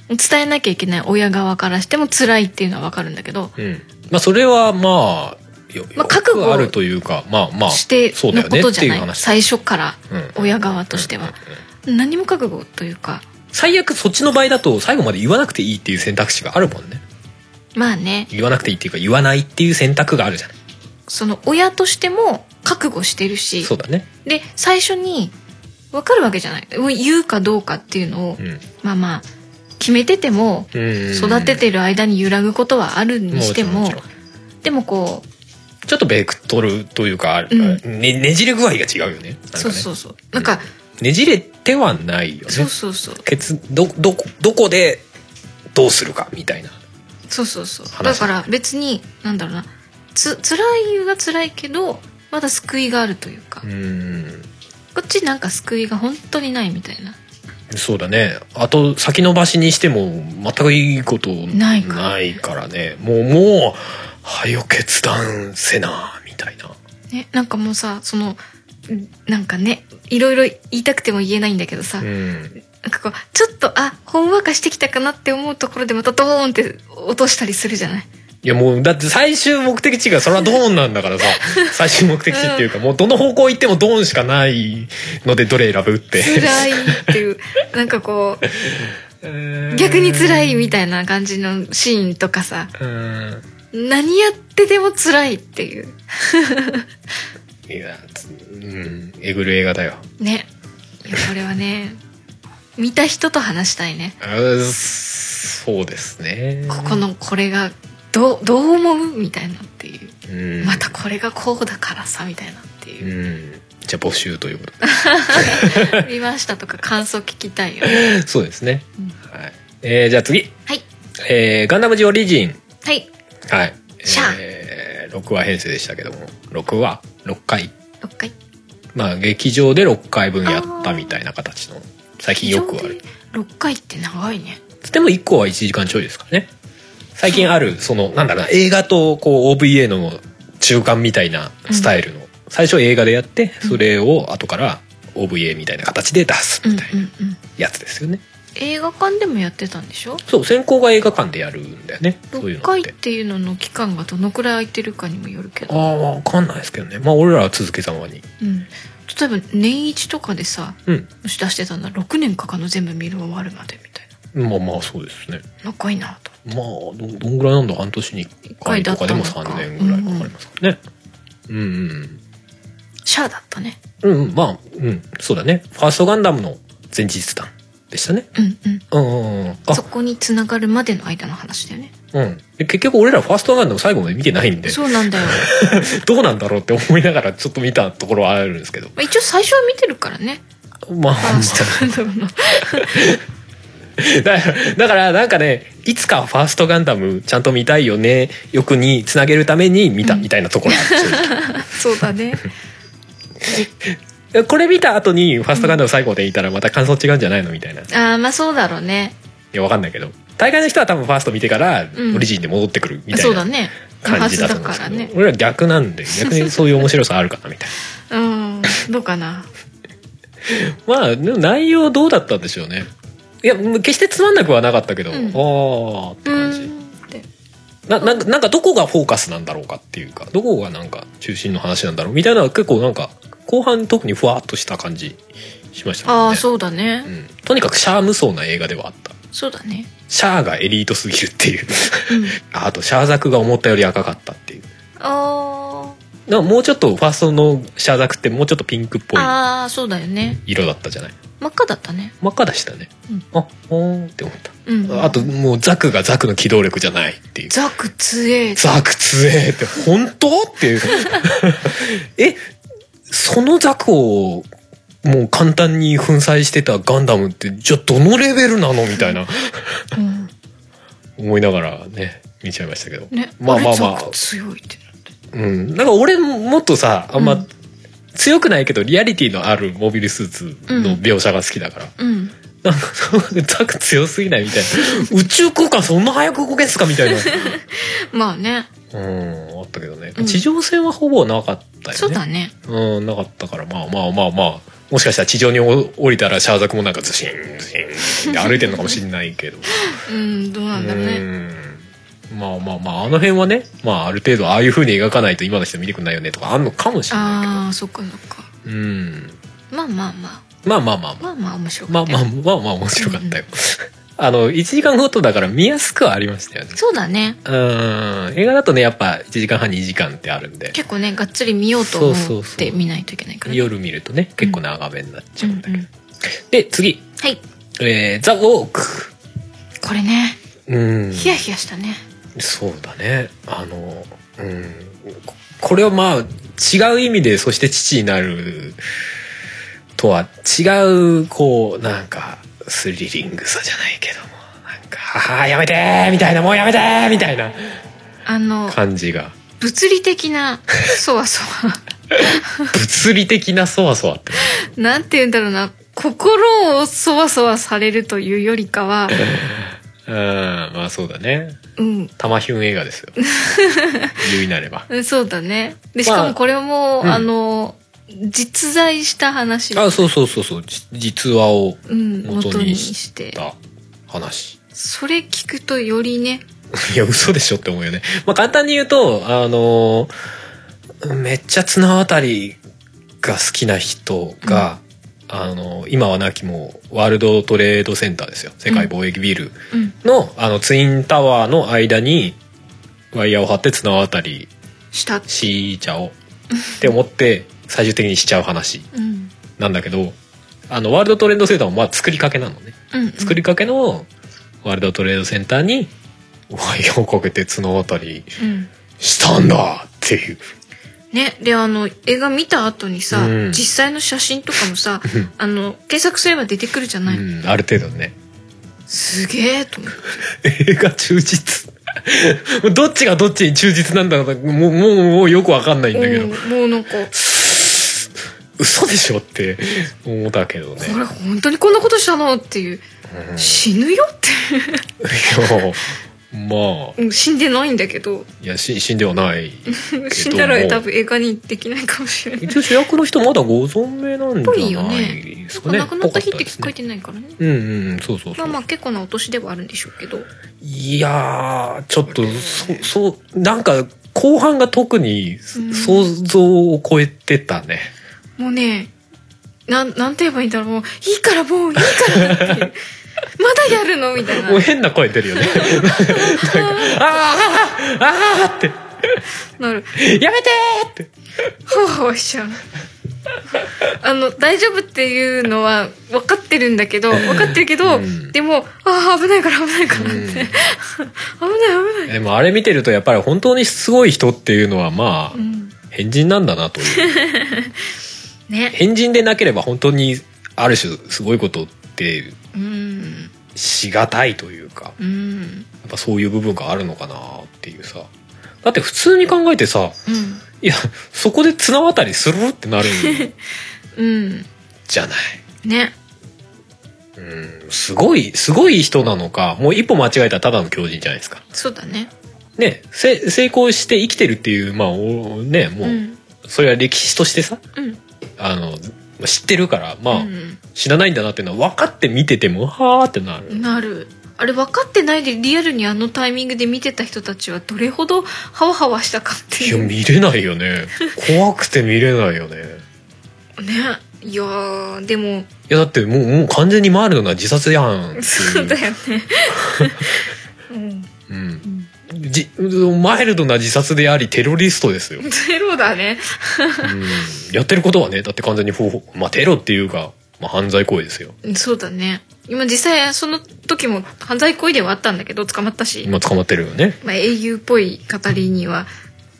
B: 伝えなきゃいけない親側からしても辛いっていうのは分かるんだけど
A: うんまあそれはまあよ
B: まあ覚悟
A: よくあるというかまあまあ
B: して
A: そうだ
B: の
A: よ
B: こ
A: ね
B: と
A: っ
B: じ
A: てい
B: ゃ
A: う
B: ない、
A: 話
B: 最初から
A: うん
B: 親側としては。何も覚悟というか
A: 最悪そっちの場合だと最後まで言わなくていいっていう選択肢があるもんね
B: まあね
A: 言わなくていいっていうか言わないっていう選択があるじゃない
B: その親としても覚悟してるし
A: そうだね
B: で最初に分かるわけじゃないもう言うかどうかっていうのを、
A: うん
B: まあまあ決めてても
A: うん
B: 育ててる間に揺らぐことはあるにしても,、
A: ちろんちろん
B: でもこう
A: ちょっとベクトルというか、
B: うん
A: ねねじれ具合が違うよねなんかね
B: そうそうそうなんか、
A: ねじれてはないよね
B: そうそうそう
A: ケツどどこどこでどうするかみたいな
B: そうそうそうだ
A: 話
B: から別になんだろうなつ辛いは辛いけどまだ救いがあるというか、
A: うん
B: こっちなんか救いが本当にないみたいな
A: そうだねあと先延ばしにしても全くいいこと
B: ないから
A: ないからねもうもうはよ決断せなみたいな
B: ね、なんかもうさそのんなんかねいろいろ言いたくても言えないんだけどさ、
A: うん
B: なんかこうちょっとあほんわかしてきたかなって思うところでまたドーンって落としたりするじゃ ない
A: いやもうだって最終目的地がそれはドーンなんだからさ 最終目的地っていうかもうどの方向行ってもドーンしかないのでどれ選ぶって
B: 辛いっていうなんかこう逆
A: 逆
B: に辛いみ
A: い
B: たいな感じのシーンとかさ
A: うん
B: 何やってでも辛いっていう
A: いやつうんえぐる映画だよ
B: ねいやこれはね見た人と話したいね
A: あーそうですね
B: ここのこれがどうどう思うみたいなっていう
A: うん
B: またこれがこうだからさみたいなっていう
A: う。んじゃあ募集ということで
B: 見ましたとか感想聞きたいよね。
A: そうですね。
B: うん
A: はい。えーじゃあ次。
B: はい。
A: えーガンダムジオリジン。
B: はい。
A: はい。
B: シャ
A: えー、6話編成でしたけども、6話、6回。
B: 6回。
A: まあ、劇場で6回分やったみたいな形の、最近よくある。。
B: 6回って長いね。
A: つっても1個は1時間ちょいですからね。最近ある、その、なんだろうな、映画とこう OVA の中間みたいなスタイルの、最初映画でやって、それを後から OVA みたいな形で出す
B: うんう
A: み
B: ん
A: たいな
B: うん。
A: やつですよね。
B: 映画館でもやってたんでしょ
A: そう、先行が映画館でやるんだよね。そういうの
B: ?6
A: っ
B: 回
A: て
B: っ。ていうのの期間がどのくらい空いてるかにもよるけ
A: あ
B: ど。
A: あ、わかんないですけどね。まあ、俺らは続けざまに。
B: うん。例えば年一とかでさ、
A: うん。
B: もし出してたんだ6年かかんの全部見る終わるまでみたい
A: まあまあ、そうですね。
B: な。長いなと。
A: まあどどんぐらいなんだ半年に1回とかでも
B: 一回だった
A: 3
B: の
A: 年
B: か
A: ぐらいかかりますからねうんうん
B: シャアだったね。
A: うんうんまあうんそうだねファーストガンダムの前日談でしたね
B: うんうん。
A: うんうんうんあ
B: そこに繋がるまでの間の話だよね。
A: うんで結局俺らファーストガンダム最後まで見てないんで
B: そうなんだよ。
A: どうなんだろうって思いながらちょっと見たところはあるんですけど
B: まあ一応最初は見てるからね。
A: まあ
B: ファーストガンダムの。
A: だからだからなんかねいつかファーストガンダムちゃんと見たいよねよくにつなげるために見たみたいなところある正直
B: そうだね。
A: これ見た後に「ファーストガンダム最後」で言ったらまた感想違うんじゃないのみたいない
B: ああ、まあそうだろうね。
A: やわかんないけど大概の人は多分ファースト見てから
B: うん
A: オリジンで戻ってくるみた
B: そ
A: いう
B: だ
A: な
B: ね。
A: 感じだ
B: はず
A: と思うんで
B: だか
A: す
B: ら
A: けど、
B: ね。
A: 俺ら逆なんで逆 にそういう面白さあるかなみたい
B: うん。どうかな。
A: なまあでも内容どうだったんでしょうねいや決してつまんなくはなかったけど、
B: うん
A: ああって
B: う
A: 感
B: ー
A: じ
B: んって。
A: ななんかなんかどこがフォーカスなんだろうかっていうかどこがなんか中心の話なんだろうみたいなのは結構なんか後半特にふわっとした感じしましたけど
B: あ
A: ね
B: あ、そうだね
A: う。ん、とにかくシャア無双な映画ではあった
B: そうだね。
A: シャアがエリートすぎるっていう
B: うん。
A: ああとシャアザクが思ったより赤かったっていう
B: あ
A: なんかもうちょっとファーストのシャアザクってもうちょっとピンクっぽ
B: あ。
A: い
B: ああ、そうだよね。
A: 色だったじゃない
B: 真っ赤だったね。
A: 真っ赤でしたね、
B: うん
A: あほーんって思っ
B: うん。
A: たあと、もうザクがザクの機動力じゃないっていう
B: ザク強え。
A: ザク強えって本当って いうえそのザクをもう簡単に粉砕してたガンダムってじゃあどのレベルなのみたいな
B: うん。
A: 思いながらね見ちゃいましたけど、
B: ね。
A: まあまあまあ
B: れザク強いってなって。
A: うん、なんか俺ももっとさあん
B: う
A: ま
B: ん
A: 強くないけどリアリティのあるモビルスーツの描写が好きだから、
B: うん。
A: なんかザク強すぎないみたいな宇宙空間そんな早く動けんすかみたいな
B: まあね。
A: うんあったけどね
B: うん
A: 地上戦はほぼなかったよね
B: そうだね。
A: うんなかったからまあまあまあまあもしかしたら地上にお降りたらシャーザクもなんかズシンズシンって歩いてるのかもしれないけど
B: うん、どうなんだろうね。
A: うんまあまあまああの辺はね、まあ、ある程度ああいう風に描かないと今の人見てくんないよねとかあんのかもしれないけど
B: ああ、そっかそっか。
A: うん。
B: まあまあまあ。
A: まあまあまあまあ。
B: まあまあ面白か
A: まあ
B: った
A: ま
B: よ。
A: あまあまあ面白かったよ。 あの、1時間ごとだから見やすくはありましたよね。
B: そうだね。
A: うん。映画だとね、やっぱ1時間半2時間ってあるんで、
B: 結構ね、がっつり見ようと
A: そうそ
B: 思
A: う
B: っ
A: そ
B: て
A: う
B: 見ないといけないからね。
A: 夜見るとね、結構長めになっちゃうんだ
B: うん
A: け
B: う
A: ど
B: ん。
A: で、次。
B: はい。
A: えー、ザ・ウォーク。
B: これね、
A: うん。
B: ヒヤヒヤしたね。
A: そうだね。あの、うん。ここれはまあ、違う意味で、そして父になるとは違う、こう、なんか、スリリングさじゃないけども、なんか、ああ、やめてーみたいな、もうやめてーみたいな
B: あの、
A: 感じ が。
B: 物理的な、そわそわ。
A: 物理的なそわそわって。
B: なんて言うんだろうな。心をそわそわされるというより かは、
A: うん、まあそうだね。
B: うん。
A: 玉ヒュン映画です よ。言うになれば。
B: うんそうだね。で、しか
A: まあ
B: もこれも、
A: うん
B: あの、実在した話。
A: あ、そうそうそうそう。じ実話を
B: うん、
A: 元に
B: 元にして。
A: だ話。
B: それ聞くとよりね、
A: いや嘘でしょって思うよね。まあ、簡単に言うとあのーめっちゃ綱渡りが好きな人が、あの今はなきもうワールドトレードセンターですよ世界貿易ビル
B: うん、
A: の,、あのツインタワーの間にワイヤーを張って綱渡り
B: した。
A: しちゃおうって思って最終的にしちゃう話
B: うん。
A: なんだけどあのワールドトレードセンターもまあ作りかけなのね。
B: うん。
A: 作りかけのワールドトレードセンターにワイヤーをかけて綱渡り
B: うん。
A: したんだっていう。
B: ね、であの映画見た後にさ、
A: うん
B: 実際の写真とかもさ
A: うん
B: あの検索すれば出てくるじゃ
A: う
B: ない、
A: ん、ある程度ね。
B: すげえと思って
A: 映画忠実 どっちがどっちに忠実なんだろうなもうもうもうよくわかんないんだけど
B: うんもうなんか
A: 嘘でしょって思ったけど ね
B: これ本当にこんなことしたのっていう死ぬよって
A: いやまあ
B: うん死んでないんだけど
A: いやし死んではないけども
B: 死んだら多分映画にできないかもしれない
A: 一応主役の人まだご存命なん
B: ぽい
A: じゃ
B: よ
A: ない
B: ね
A: で
B: な
A: す
B: んか
A: かね
B: 亡くなった日って
A: ぽ
B: 聞
A: か
B: こ
A: っ
B: えてないからね
A: たですねうんうんそうそうそ
B: ま
A: う、
B: あまあ結構なお年ではあるんでしょうけど
A: いやーちょっとそそうなんか後半が特に
B: うん
A: 想像を超えてたね、
B: もうねなんなんて言えばいいんだろうもういいからもういいからっ ていうまだやるのみたいな
A: もう変な声出るよねなんかあーあーあーって
B: なる
A: やめてーって
B: ほわほわしちゃうあの大丈夫っていうのは分かってるんだけど分かってるけど、
A: うん
B: でもああ危ないから危ないからって、
A: うん
B: 危ない危ない、
A: でもあれ見てるとやっぱり本当にすごい人っていうのはまあ
B: うん、
A: 変人なんだなと いう
B: ね
A: 変人でなければ本当にある種すごいことって
B: うん
A: しがたいというか
B: うん
A: やっぱそういう部分があるのかなっていうさだって普通に考えてさ
B: うん
A: いやそこで綱渡りするってなるん
B: うん
A: じゃない
B: ね
A: うんすごいすごい人なのかもう一歩間違えたらただの狂人じゃないですか
B: そうだね
A: ねせ成功して生きてるっていうまあおね
B: う
A: もうんそれは歴史としてさ
B: うん
A: あの知ってるからまあ、
B: うん
A: 知らないんだなっていうのは分かって見ててもはーってなる
B: なるあれ分かってないでリアルにあのタイミングで見てた人たちはどれほどハワハワしたかって
A: い
B: い
A: や
B: うね
A: 見れないよね怖くて見れないよね
B: いやーでも
A: いやだってもうもう完全にマイルドな自殺やんってい
B: そう
A: う
B: だよねうん
A: うんじマイルドな自殺でありテロリストですよ、うん
B: ゼロだね。
A: やってることはねだって完全に方法、まあ、テロっていうか、まあ、犯罪行為ですよ
B: そうだね。今実際その時も犯罪行為ではあったんだけど捕まったし、
A: 今捕まってるよね
B: まあ、英雄っぽい語りには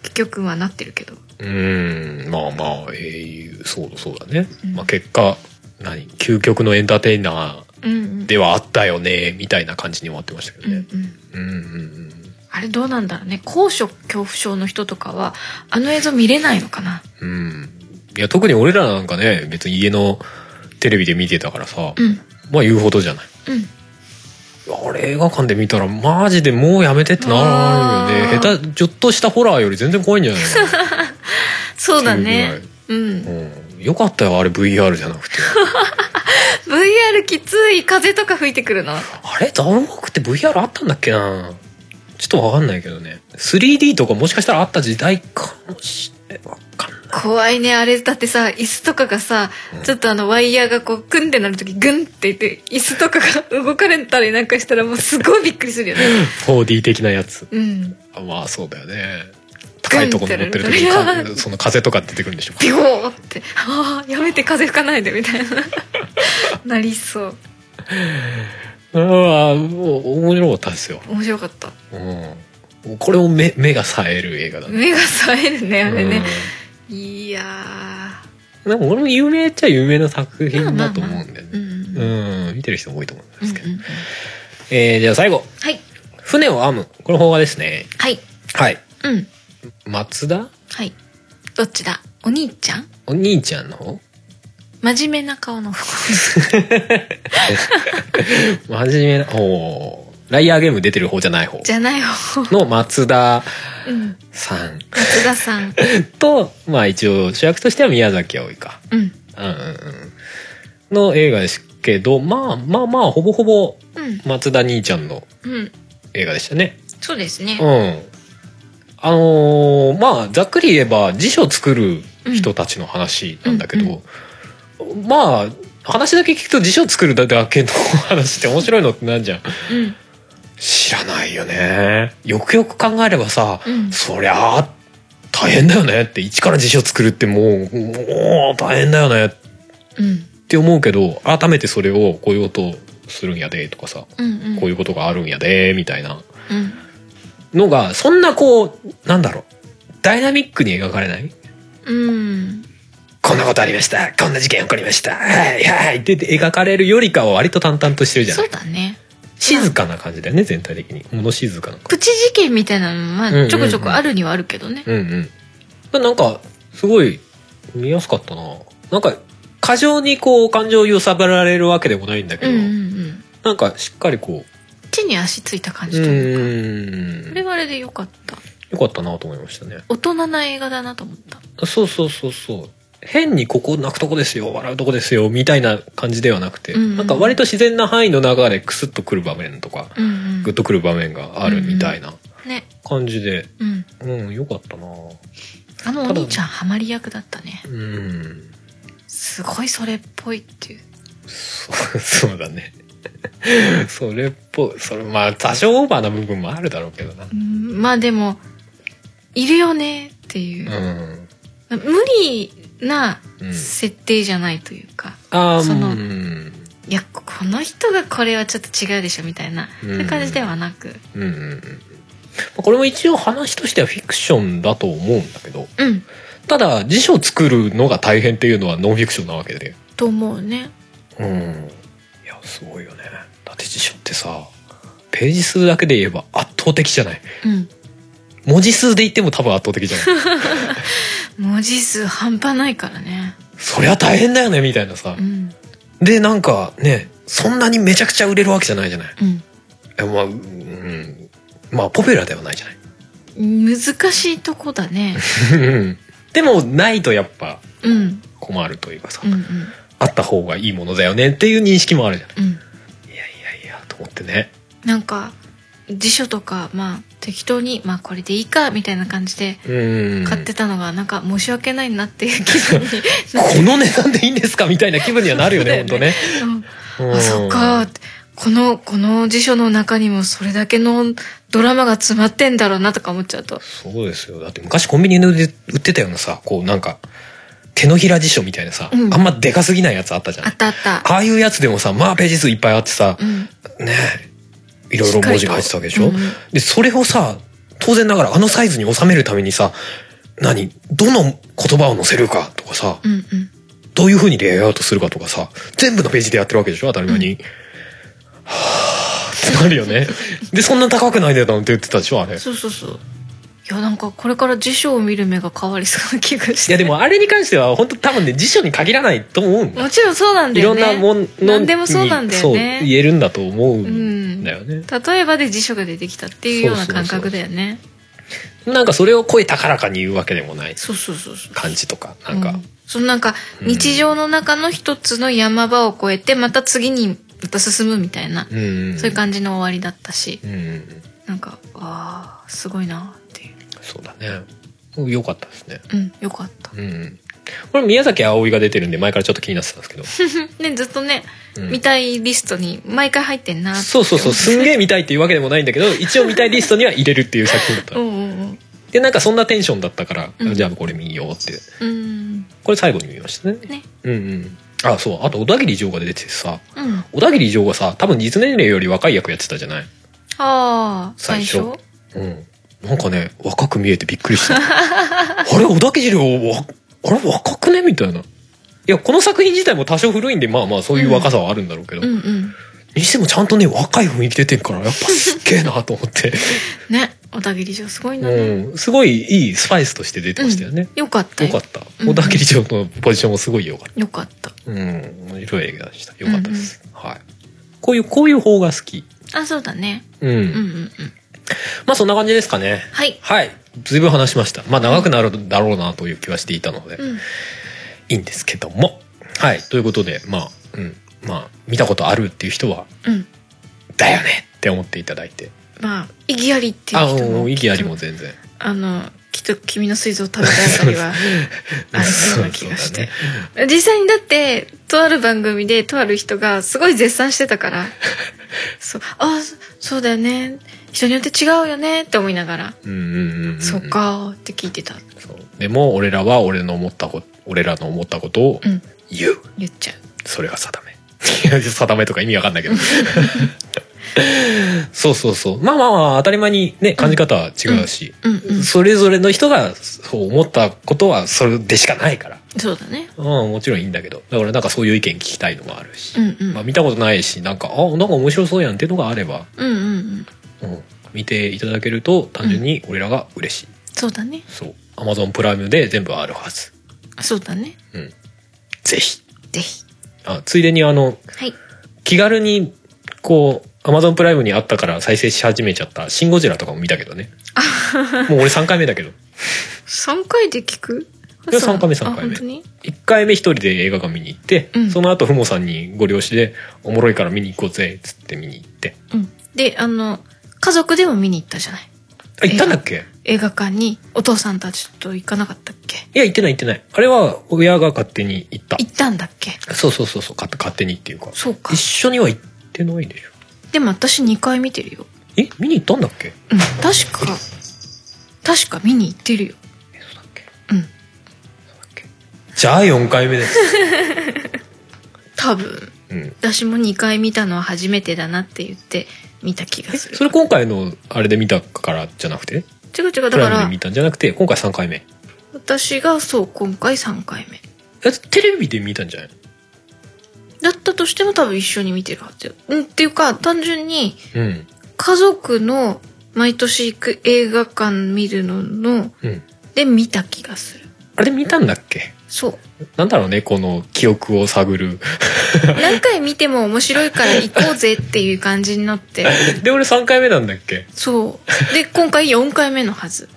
B: 結局はなってるけど。
A: うんまあまあ英雄そうだそうだね、
B: うん
A: まあ、結果何究極のエンターテイナ
B: うんう
A: ー
B: ん。
A: ではあったよねみたいな感じに終わってましたけど
B: うんう
A: ね、
B: ん、
A: うんうんうん
B: あれどうなんだろうね高所恐怖症の人とかはあの映像見れないのかな
A: うん。いや、特に俺らなんかね、別に家のテレビで見てたからさ、
B: うん
A: まあ言うほどじゃない。
B: うん
A: あれ映画館で見たらマジでもうやめてってなるよね。
B: あー
A: 下手、ちょっとしたホラーより全然怖いんじゃないか
B: そうだ
A: っ
B: ね
A: ていう
B: うん
A: な。うん。よかったよ、あれ VR じゃなくて。
B: VR きつい風とか吹いてくるの
A: あれダウンウォークって VR あったんだっけなちょっとわかんないけどね。3D とかもしかしたらあった時代かもしれわかんない。
B: 怖いねあれだってさ椅子とかがさ、ちょっとあのワイヤーがこう組んでなる時グンって言って椅子とかが動かれたりなんかしたらもうすごいびっくりするよね
A: 4D 的なやつ。
B: うん
A: あまあそうだよね。高いとこに乗ってる時
B: グンってやる
A: にかその風とか出てくるんでしょ。
B: ビゴーってああやめて風吹かないでみたいなな りそう
A: ああ、もう面白かったですよ。
B: 面白かった
A: うん。これも目目が冴える映画だね。
B: 目が冴えるねあれね、
A: う
B: いや
A: ん。でも俺も有名っちゃ有名な作
B: ーまあ
A: 品
B: まあ
A: だと思うんだよ
B: う
A: ね。
B: んうん
A: うん。見てる人も多いと思うん
B: う
A: ですけど。
B: ん
A: えー、じゃあ最後。
B: はい
A: 船を編む。これ邦画ですね。
B: はい
A: はい。
B: うん
A: 松田
B: はいどっちだお兄ちゃん
A: お兄ちゃんの方
B: 真面目な顔の
A: 真面目な、おーライアーゲーム出てる方じゃない方
B: じゃない方、
A: の松田
B: うん、
A: さん
B: 松田さん
A: と、まあ一応主役としては宮崎葵か。
B: うん
A: うんうんうんの映画ですけど、まあまあまあ、ほぼほぼ
B: うん
A: 松田兄ちゃんの
B: うん
A: 映画でしたね。
B: そうですね
A: うん。あのーまあ、ざっくり言えば辞書作る人たちの話なんだけど、まあ、話だけ聞くと辞書作るだけの話って面白いのってなんじゃん。
B: うん
A: 知らないよね。よくよく考えればさ、
B: うん
A: そりゃあ、大変だよねって、一から辞書作るってもう、もう大変だよねっ
B: うん
A: て思うけど改めてそれをこういうことをするんやでとかさ
B: うんうん
A: こういうことがあるんやでみたいな
B: うん
A: のがそんなこうなんだろうダイナミックに描かれない
B: うん
A: こんなことありましたこんな事件起こりましたはいはいって描かれるよりかは割と淡々としてるじゃない
B: そ
A: う
B: だね
A: 静かな感じだよね全体的に物静かな感
B: プチ事件みたいなのは
A: うんうんう
B: ま
A: ん
B: あちょこちょこあるにはあるけどね、
A: じうんうんまあなんかすごい見やすかったななんか過剰にこう感情を揺さぶられるわけでもないんだけ
B: うん
A: ど、
B: うんうん
A: なんかしっかりこ
B: 地に足ついた感
A: うう
B: じというか、
A: ー
B: こ
A: ん
B: れはあれでよかった
A: よかったなと思いましたね
B: 大人な映画だなと思った
A: そうそうそうそう変にここ泣くとこですよ笑うとこですよみたいな感じではなくて、
B: うんうん
A: なんか割と自然な範囲の中でクスッとくる場面とか、
B: うんう
A: グッとくる場面があるみたいな
B: ね
A: 感じで
B: うん
A: うんよかったな
B: あのお兄ちゃんハマり役だったね
A: うん
B: すごいそれっぽいっていう
A: そうそうだね それっぽいそれまあ多少オーバーな部分もあるだろうけどな
B: うんまあでもいるよねっていう、
A: うん
B: 無理な
A: うん
B: 設定じゃないというか、
A: ああ
B: その
A: うん
B: いやこの人がこれはちょっと違うでしょみたいな、
A: うん
B: そういう感じではなく
A: うんうんうんまあこれも一応話としてはフィクションだと思うんだけど
B: うん
A: ただ辞書作るのが大変っていうのはノンフィクションなわけで
B: と思うね
A: うんいやすごいよねだって辞書ってさページ数だけで言えば圧倒的じゃない
B: うん
A: 文字数で言っても多分圧倒的じゃない
B: 文字数半端ないからね
A: そりゃ大変だよねみたいなさ
B: うん
A: でなんかねそんなにめちゃくちゃ売れるわけじゃないじゃない
B: うん
A: えまあうんまあポピュラーではないじゃない
B: 難しいとこ だね
A: うんでもないとやっぱ
B: うん
A: 困るというかさ、
B: うんうん
A: あった方がいいものだよねっていう認識もあるじゃん
B: うん
A: いやいやいやと思ってね
B: なんか辞書とかまあ適当にまあこれでいいかみたいな感じで
A: うん
B: 買ってたのがなんか申し訳ないなっていう気分 に
A: この値段でいいんですかみたいな気分にはなるよね、本
B: そ
A: 当
B: うだ
A: ね。
B: うん
A: うん
B: あそっかー。このこの辞書の中にもそれだけのドラマが詰まってんだろうなとか思っちゃうと
A: そうですよ。だって昔コンビニで売ってたようなさ、こうなんか、手のひら辞書みたいなさ、
B: うん
A: あんまでかすぎないやつあったじゃん。
B: あったあった
A: ああいうやつでもさ、まあページ数いっぱいあってさ
B: う、ん
A: ねえ、いろいろ文字が入ってたわけでしょ、
B: しっかりとうん
A: で、それをさ、当然ながらあのサイズに収めるためにさ、何どの言葉を載せるかとかさ、
B: うんうん
A: どういう風にレイアウトするかとかさ、全部のページでやってるわけでしょ当たり前に。はぁってなるよ ね。で、そんな高くない値段って言ってたでしょあれ。い
B: そうそうそういやなんかこれから辞書を見る目が変わりそうな気がして
A: や、でもあれに関しては、本当多分ね、辞書に限らないと思うんだ。
B: もちろんそうなんだ
A: いろ
B: よ
A: ん
B: ね
A: なものに
B: 何でもそうなんだ
A: そう
B: よね
A: 言えるんだと思うんだよね。
B: 例えばで辞書が出てきたっていうような感覚だよね
A: なんかそれを声高らかに言うわけでもない
B: そうそうそうそう
A: 感じとか、なんか。
B: うそのなんか
A: うん
B: 日常の中の一つの山場を越えてまた次にまた進むみたいな、
A: うん。うん
B: そういう感じの終わりだったし
A: うんうん。
B: なんかあーすごいなっていう
A: そうだね。良かったですね。
B: うんよかった
A: うんうん。これ宮崎葵が出てるんで前からちょっと気になってたんですけど。
B: ねずっとね、
A: うん
B: 見たいリストに毎回入ってんなって
A: そうそうそうすんげえ見たいっていうわけでもないんだけど一応見たいリストには入れるっていう作品だった、
B: うんうん
A: でなんかそんなテンションだったから、
B: うん
A: じゃあこれ見ようって
B: うんうん
A: これ最後に見ましたね
B: ね
A: うんうんあそうあと小田切城が出ててさ
B: うん
A: 小田切城がさ多分実年齢より若い役やってたじゃない
B: ああ
A: 最
B: 最
A: 初
B: 初
A: うんなんかね若く見えてびっくりした あれ小田切城わあれ若くねみたいないやこの作品自体も多少古いんでまあまあそういう若さはあるんだろうけど、
B: うんうん
A: にしてもちゃんとね若い雰囲気出てるからやっぱすっげえなと思って
B: ね小田切城すごいな、ね
A: うん、すごいいいスパイスとして出てましたよね。
B: よかった
A: よか
B: よ
A: った。
B: うん
A: 小田切城のポジションもすごい良かっ
B: よかった
A: た。うん、面白い映画でした。良かったです。はい。こういう、こういう方が好き。
B: あそうだね
A: うん。
B: うんうんうん
A: まあそんな感じですかね。
B: はい
A: はい。ずいぶん話しました。まあ長くなるだろうなという気はしていたので、
B: うん
A: いいんですけども。はい。ということで、まあ、うん。まあ、見たことあるっていう人は、
B: うん
A: だよねって思っていただいて。
B: まあ意義ありってい
A: あ
B: う人
A: の、
B: も
A: 意義ありも全然。
B: あのきっと君の水臓を食べたあたりはありそうな気がして、
A: そう
B: 実際にだってとある番組でとある人がすごい絶賛してたから そうあそそうだよね人によって違うよねって思いながら、
A: だね。うんうんうんうん。
B: そっかーって聞いてた
A: そうでも俺らは俺の思ったこと俺らの思ったことを
B: うん
A: 言う、
B: 言っちゃう
A: それが定め いや定めとか意味わかんない けどそうそうそうまあまあまあ当たり前にね感じ方は違うし、
B: うんうん
A: それぞれの人がそう思ったことはそれでしかないから
B: そうだね。
A: うん、もちろんいいんだけど。だからなんかそういう意見聞きたいのもあるし。
B: うんうん。
A: まあ見たことないし、なんか、あ、なんか面白そうやんっていうのがあれば、
B: うんうんうん。
A: うん、見ていただけると単純に俺らが嬉しい。
B: そうだね。
A: そう。Amazon プライムで全部あるはず。
B: そうだね。
A: うん。ぜひ。
B: ぜひ。
A: あ、ついでにあの、
B: はい。
A: 気軽に、こう、Amazon プライムにあったから再生し始めちゃった、シン・ゴジラとかも見たけど ね。もう俺3回目だけど。
B: 3回で聞く
A: いや
B: そう
A: 3回目3回目
B: あ本当に
A: 1回目一人で映画館見に行って、
B: うん
A: その後ふもさんにご了承で、おもろいから見に行こうぜ、つって見に行って。
B: うん。で、あの、家族でも見に行ったじゃない。
A: あ、行ったんだっけ
B: 映画館にお父さんたちと行かなかったっけ
A: いや、行ってない行ってない。あれは親が勝手に行った。
B: 行ったんだっけ
A: そうそうそうそう、勝手勝手にっていうか。
B: そうか
A: 一。緒には行ってないでしょ。
B: でも私2回見てるよ。
A: え、見に行ったんだっけ
B: うん。確か、確か見に行ってるよ。
A: え、そうだっけ
B: うん。
A: じゃあ4回目 です。
B: 多分。
A: うん。
B: 私も2回見たのは初めてだなって言って見た気が
A: え
B: する
A: それ今回のあれで見たからじゃなくて
B: 違う違う
A: プ
B: だか
A: ライムで
B: ら
A: 見たんじゃなくて今回3回目
B: 私がそう今回3回目
A: えテレビで見たんじゃない
B: だったとしても多分一緒に見てるはずよ、うん、っていうか単純に
A: うん
B: 家族の毎年行く映画館見るのの
A: うん
B: で見た気がする
A: あれ見たんだっけ
B: そう
A: なんだろうねこの記憶を探 る
B: 何回見ても面白いから行こうぜっていう感じになって
A: で俺3回目なんだっけ
B: そうで今回4回目の はず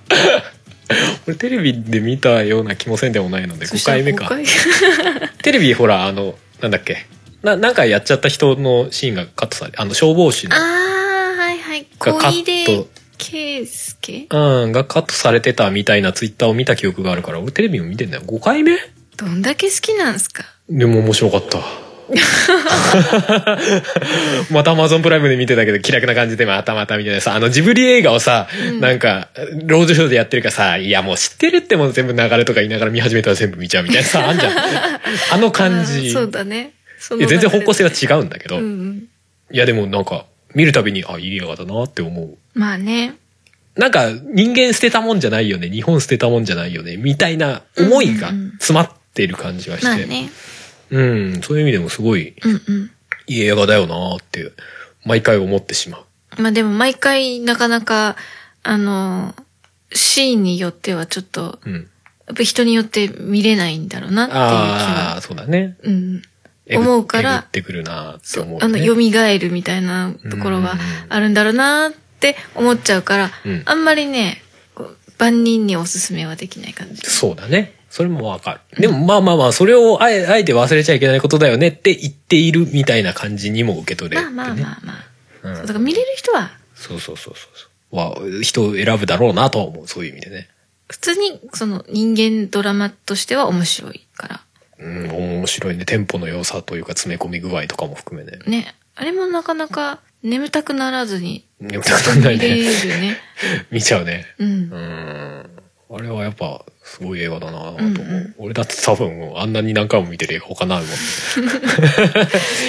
A: 俺テレビで見たような気もせんでもないので
B: そ
A: 5
B: したら
A: 回目か
B: 五回
A: テレビほらあのなんだっけななんかやっちゃった人のシーンがカットされあの消防士の
B: ああはいはい
A: がカ
B: 小
A: ッ
B: 出
A: ト
B: 圭介
A: うん、がカットされてたみたいなツイッターを見た記憶があるから俺テレビも見てんだよ5回目
B: どんだけ好きなんすか
A: でも面白か った。また Amazon プライムで見てたけど気楽な感じでまたまたみたいなさ、あのジブリ映画をさ、
B: うん
A: なんか、ロードショーでやってるからさ、いやもう知ってるってもう全部流れとか言いながら見始めたら全部見ちゃうみたいな さ、あんじゃん。あの感
B: あー
A: じ。
B: そうだねそ
A: い
B: の
A: や全然
B: 流れ
A: 方向性が違うんだけど、
B: うんうん
A: いやでもなんか、見るたびに、あ、いい映画だなって思う。
B: まあね
A: なんか、人間捨てたもんじゃないよね、日本捨てたもんじゃないよね、みたいな思いが詰まってる感じがして。
B: まあね
A: うん、そういう意味でもすごい
B: うんうん
A: いい映画だよなーって、毎回思ってしまう。
B: まあでも毎回なかなかあのシーンによってはちょっと
A: うん。
B: やっぱ人によって見れないんだろうなっていう気
A: あ
B: は
A: あ、そうだね。
B: うん
A: えぐ
B: 思うか
A: えぐ
B: ら
A: ってくるなーって
B: そう
A: 思う、ね。
B: あの蘇るみたいなところがあるんだろうなって思っちゃうから、
A: うん
B: あんまりねこう万人におすすめはできない感じ
A: そうだね。それもわかる。でもまあまあまあ、それをあえあえて忘れちゃいけないことだよねって言っているみたいな感じにも受け取れ
B: ま
A: る、
B: あ
A: ね。
B: まあまあまあ、
A: うん
B: そうだから見れる人は
A: そうそうそうそう。は、人を選ぶだろうなとは思う。そういう意味でね。
B: 普通にその人間ドラマとしては面白いから
A: うん、面白いね。テンポの良さというか詰め込み具合とかも含めね。
B: ねあれもなかなか眠たくならずに
A: 眠たくならない
B: 見れる
A: ね。
B: よ ね
A: 見ちゃうね。
B: うん
A: うーんあれはやっぱすごい映画だなと思う、
B: うんうん
A: 俺だって多分あんなに何回も見てる映画他ないもん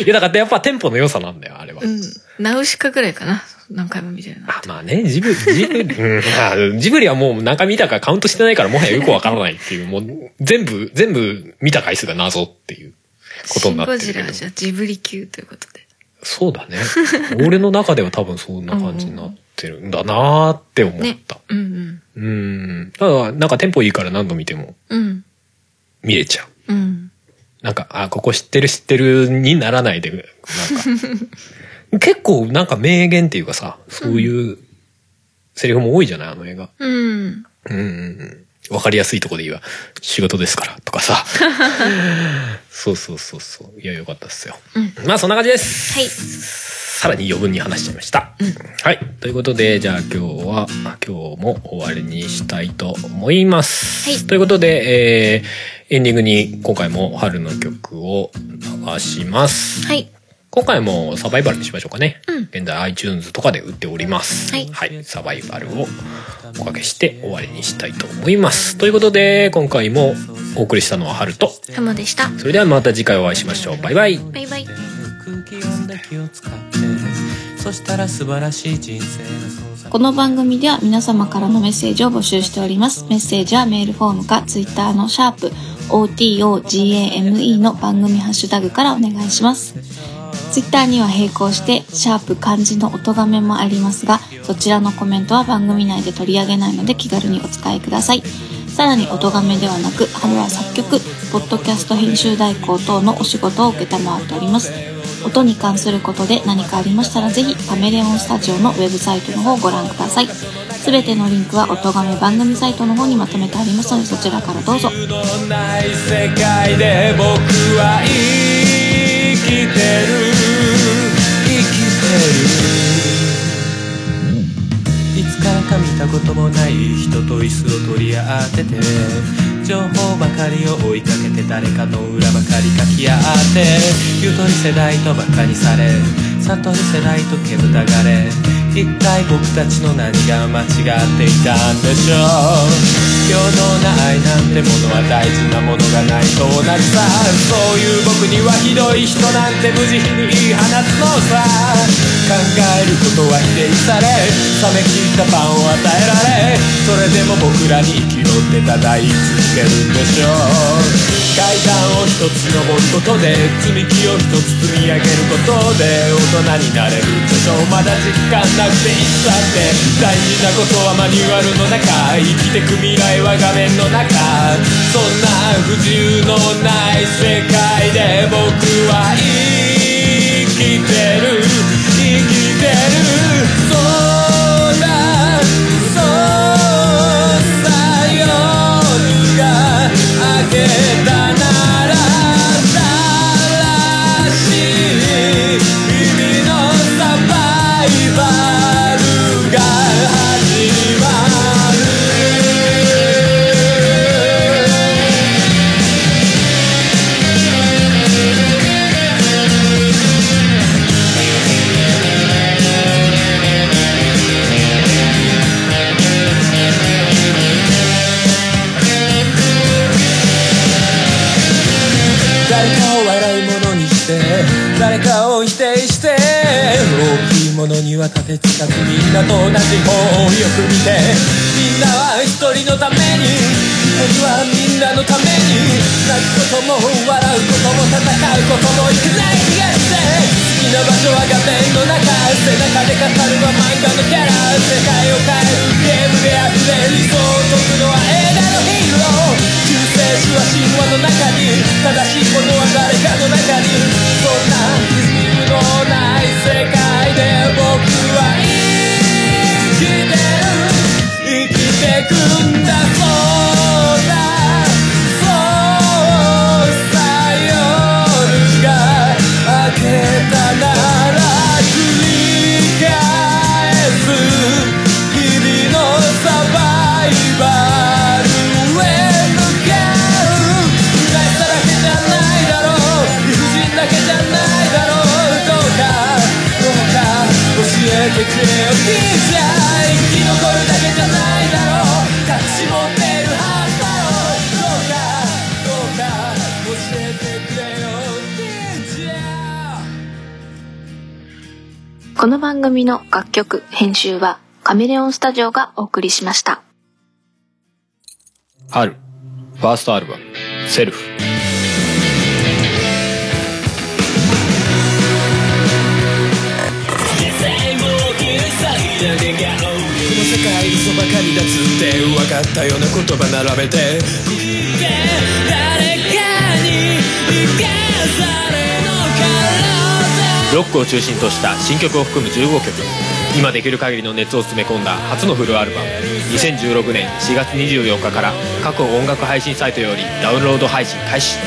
A: いやだからやっぱテンポの良さなんだよあれは、
B: うんナウシカぐらいかな何回も見てるな
A: あまあねジブリジブリ、うんあジブリはもう何回見たかカウントしてないからもはやよくわからないっていうもう全部全部見た回数が謎っていうこと
B: シン
A: になって
B: ゴ
A: るけ
B: ジ
A: ど
B: ラはじゃあジブリ級ということで
A: そうだね俺の中では多分そんな感じになってるんだなーって思った、
B: ねうんうん
A: うんただなんかテンポいいから何度見ても
B: うん
A: 見れちゃう
B: うん
A: なんか、あ、ここ知ってる知ってるにならないで、なんか。結構なんか名言っていうかさ、そういうセリフも多いじゃない、あの映画。
B: うん
A: うんうんうん。わかりやすいとこでいいわ。仕事ですから、とか さ。そうそうそうそう。いや、よかったっすよ。
B: う
A: まあ、そんな感じです。
B: はい
A: さらに余分に話しちゃいました。はい。ということで、じゃあ今日は、あ今日も終わりにしたいと思います。
B: はい
A: ということで、えーエンディングに今回も春の曲を流します。
B: はい
A: 今回もサバイバルにしましょうかね。
B: うん
A: 現在 iTunes とかで売っております。
B: はい
A: サバイバルをおかけして終わりにしたいと思います。ということで、今回もお送りしたのは春と、
B: ハモでした
A: それではまた次回お会いしましょう。バイバイ。
B: バイバイ
C: 空気読んだ気を使ってそしたら素晴らしい人生の存在
D: この番組では皆様からのメッセージを募集しております。メッセージはメールフォームか Twitter のシャープ OTOGAME の番組ハッシュタグからお願いします。Twitter には並行して、シャープ漢字の音がめもありますが、そちらのコメントは番組内で取り上げないので気軽にお使いください。さらに音がめではなく、春は作曲、ポッドキャスト編集代行等のお仕事を承っております。音に関することで何かありましたらぜひカメレオンスタジオのウェブサイトの方をご覧くださいすべてのリンクは音がめ番組サイトの方にまとめてありますのでそちらからどうぞ
C: 自由のない世界で僕は生きてる生きてるいつからか見たこともない人と椅子を取り合ってて情報ばかりを追いかけて誰かの裏ばかり書き合ってゆとり世代とバカにされ悟り世代と煙たがれ一体僕たちの何が間違っていたんでしょう平等な愛なんてものは大事なものがないと同じさそういう僕にはひどい人なんて無慈悲に言い放つのさ考えることは否定され冷め切ったパンを与えられそれでも僕らに生きろって叩い続けるんでしょう階段を一つ登ることで積み木を一つ積み上げることで大人になれるでしょうまだ実感なくていつだって大事なことはマニュアルの中生きてく未来は画面の中そんな不自由のない世界で僕は生きてる生きてるそうだそうさよ夜が明けたなら新しい意味のサバイバルが始まる誰かを笑い物にして誰かを否定して大きいものには立てつかずみんなと同じ方をよく見てみんなは一人のために僕はみんなのために泣くことも笑うことも戦うこともいくぜ逃がして好きな場所は画面の中背中で語るは漫画のキャラ世界を変えるゲームであふれ理想を解くのは映画のヒーロー救世主は神話の中に正しいことは誰かの中にそんな自由のない世界で僕は生きてる生きてくんだそうだそうさ夜が明けたなら繰り返す「日々のサバイバル」「上向ける」「うらいだらけじゃないだろう」「理不尽だけじゃないだろう」「どうかどうか教えてくれよ」「いいじゃん生き残るだけじゃないだろう」「隠し持っているはずだろう」「どうかどうか教えてくれよ」「いいじゃん」
D: この番組の楽曲編集はカメレオンスタジオがお送りしました
A: 春ファーストアルバム「セルフ」
C: この世界嘘ばかりだっつって分かったような言葉並べて誰かに生かされのから
A: ロックを中心とした新曲を含む15曲今できる限りの熱を詰め込んだ初のフルアルバム2016年4月24日から各音楽配信サイトよりダウンロード配信開始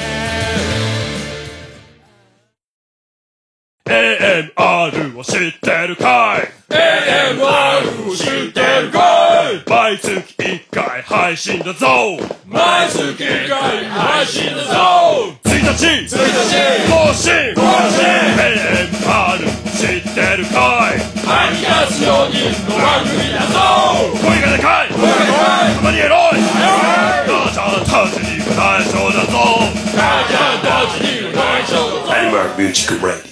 E: AMR を知ってるかい AMR を知ってるかい毎月1回配信だぞ毎月1回配信だぞ1日1日更新更新 AMR 知ってるかいはみ出すようにの番組だぞ声がでかい声がでかいたまにエロい母ちゃんたちに大将だぞ母ちゃんたちに大将だぞ AMR Music Radio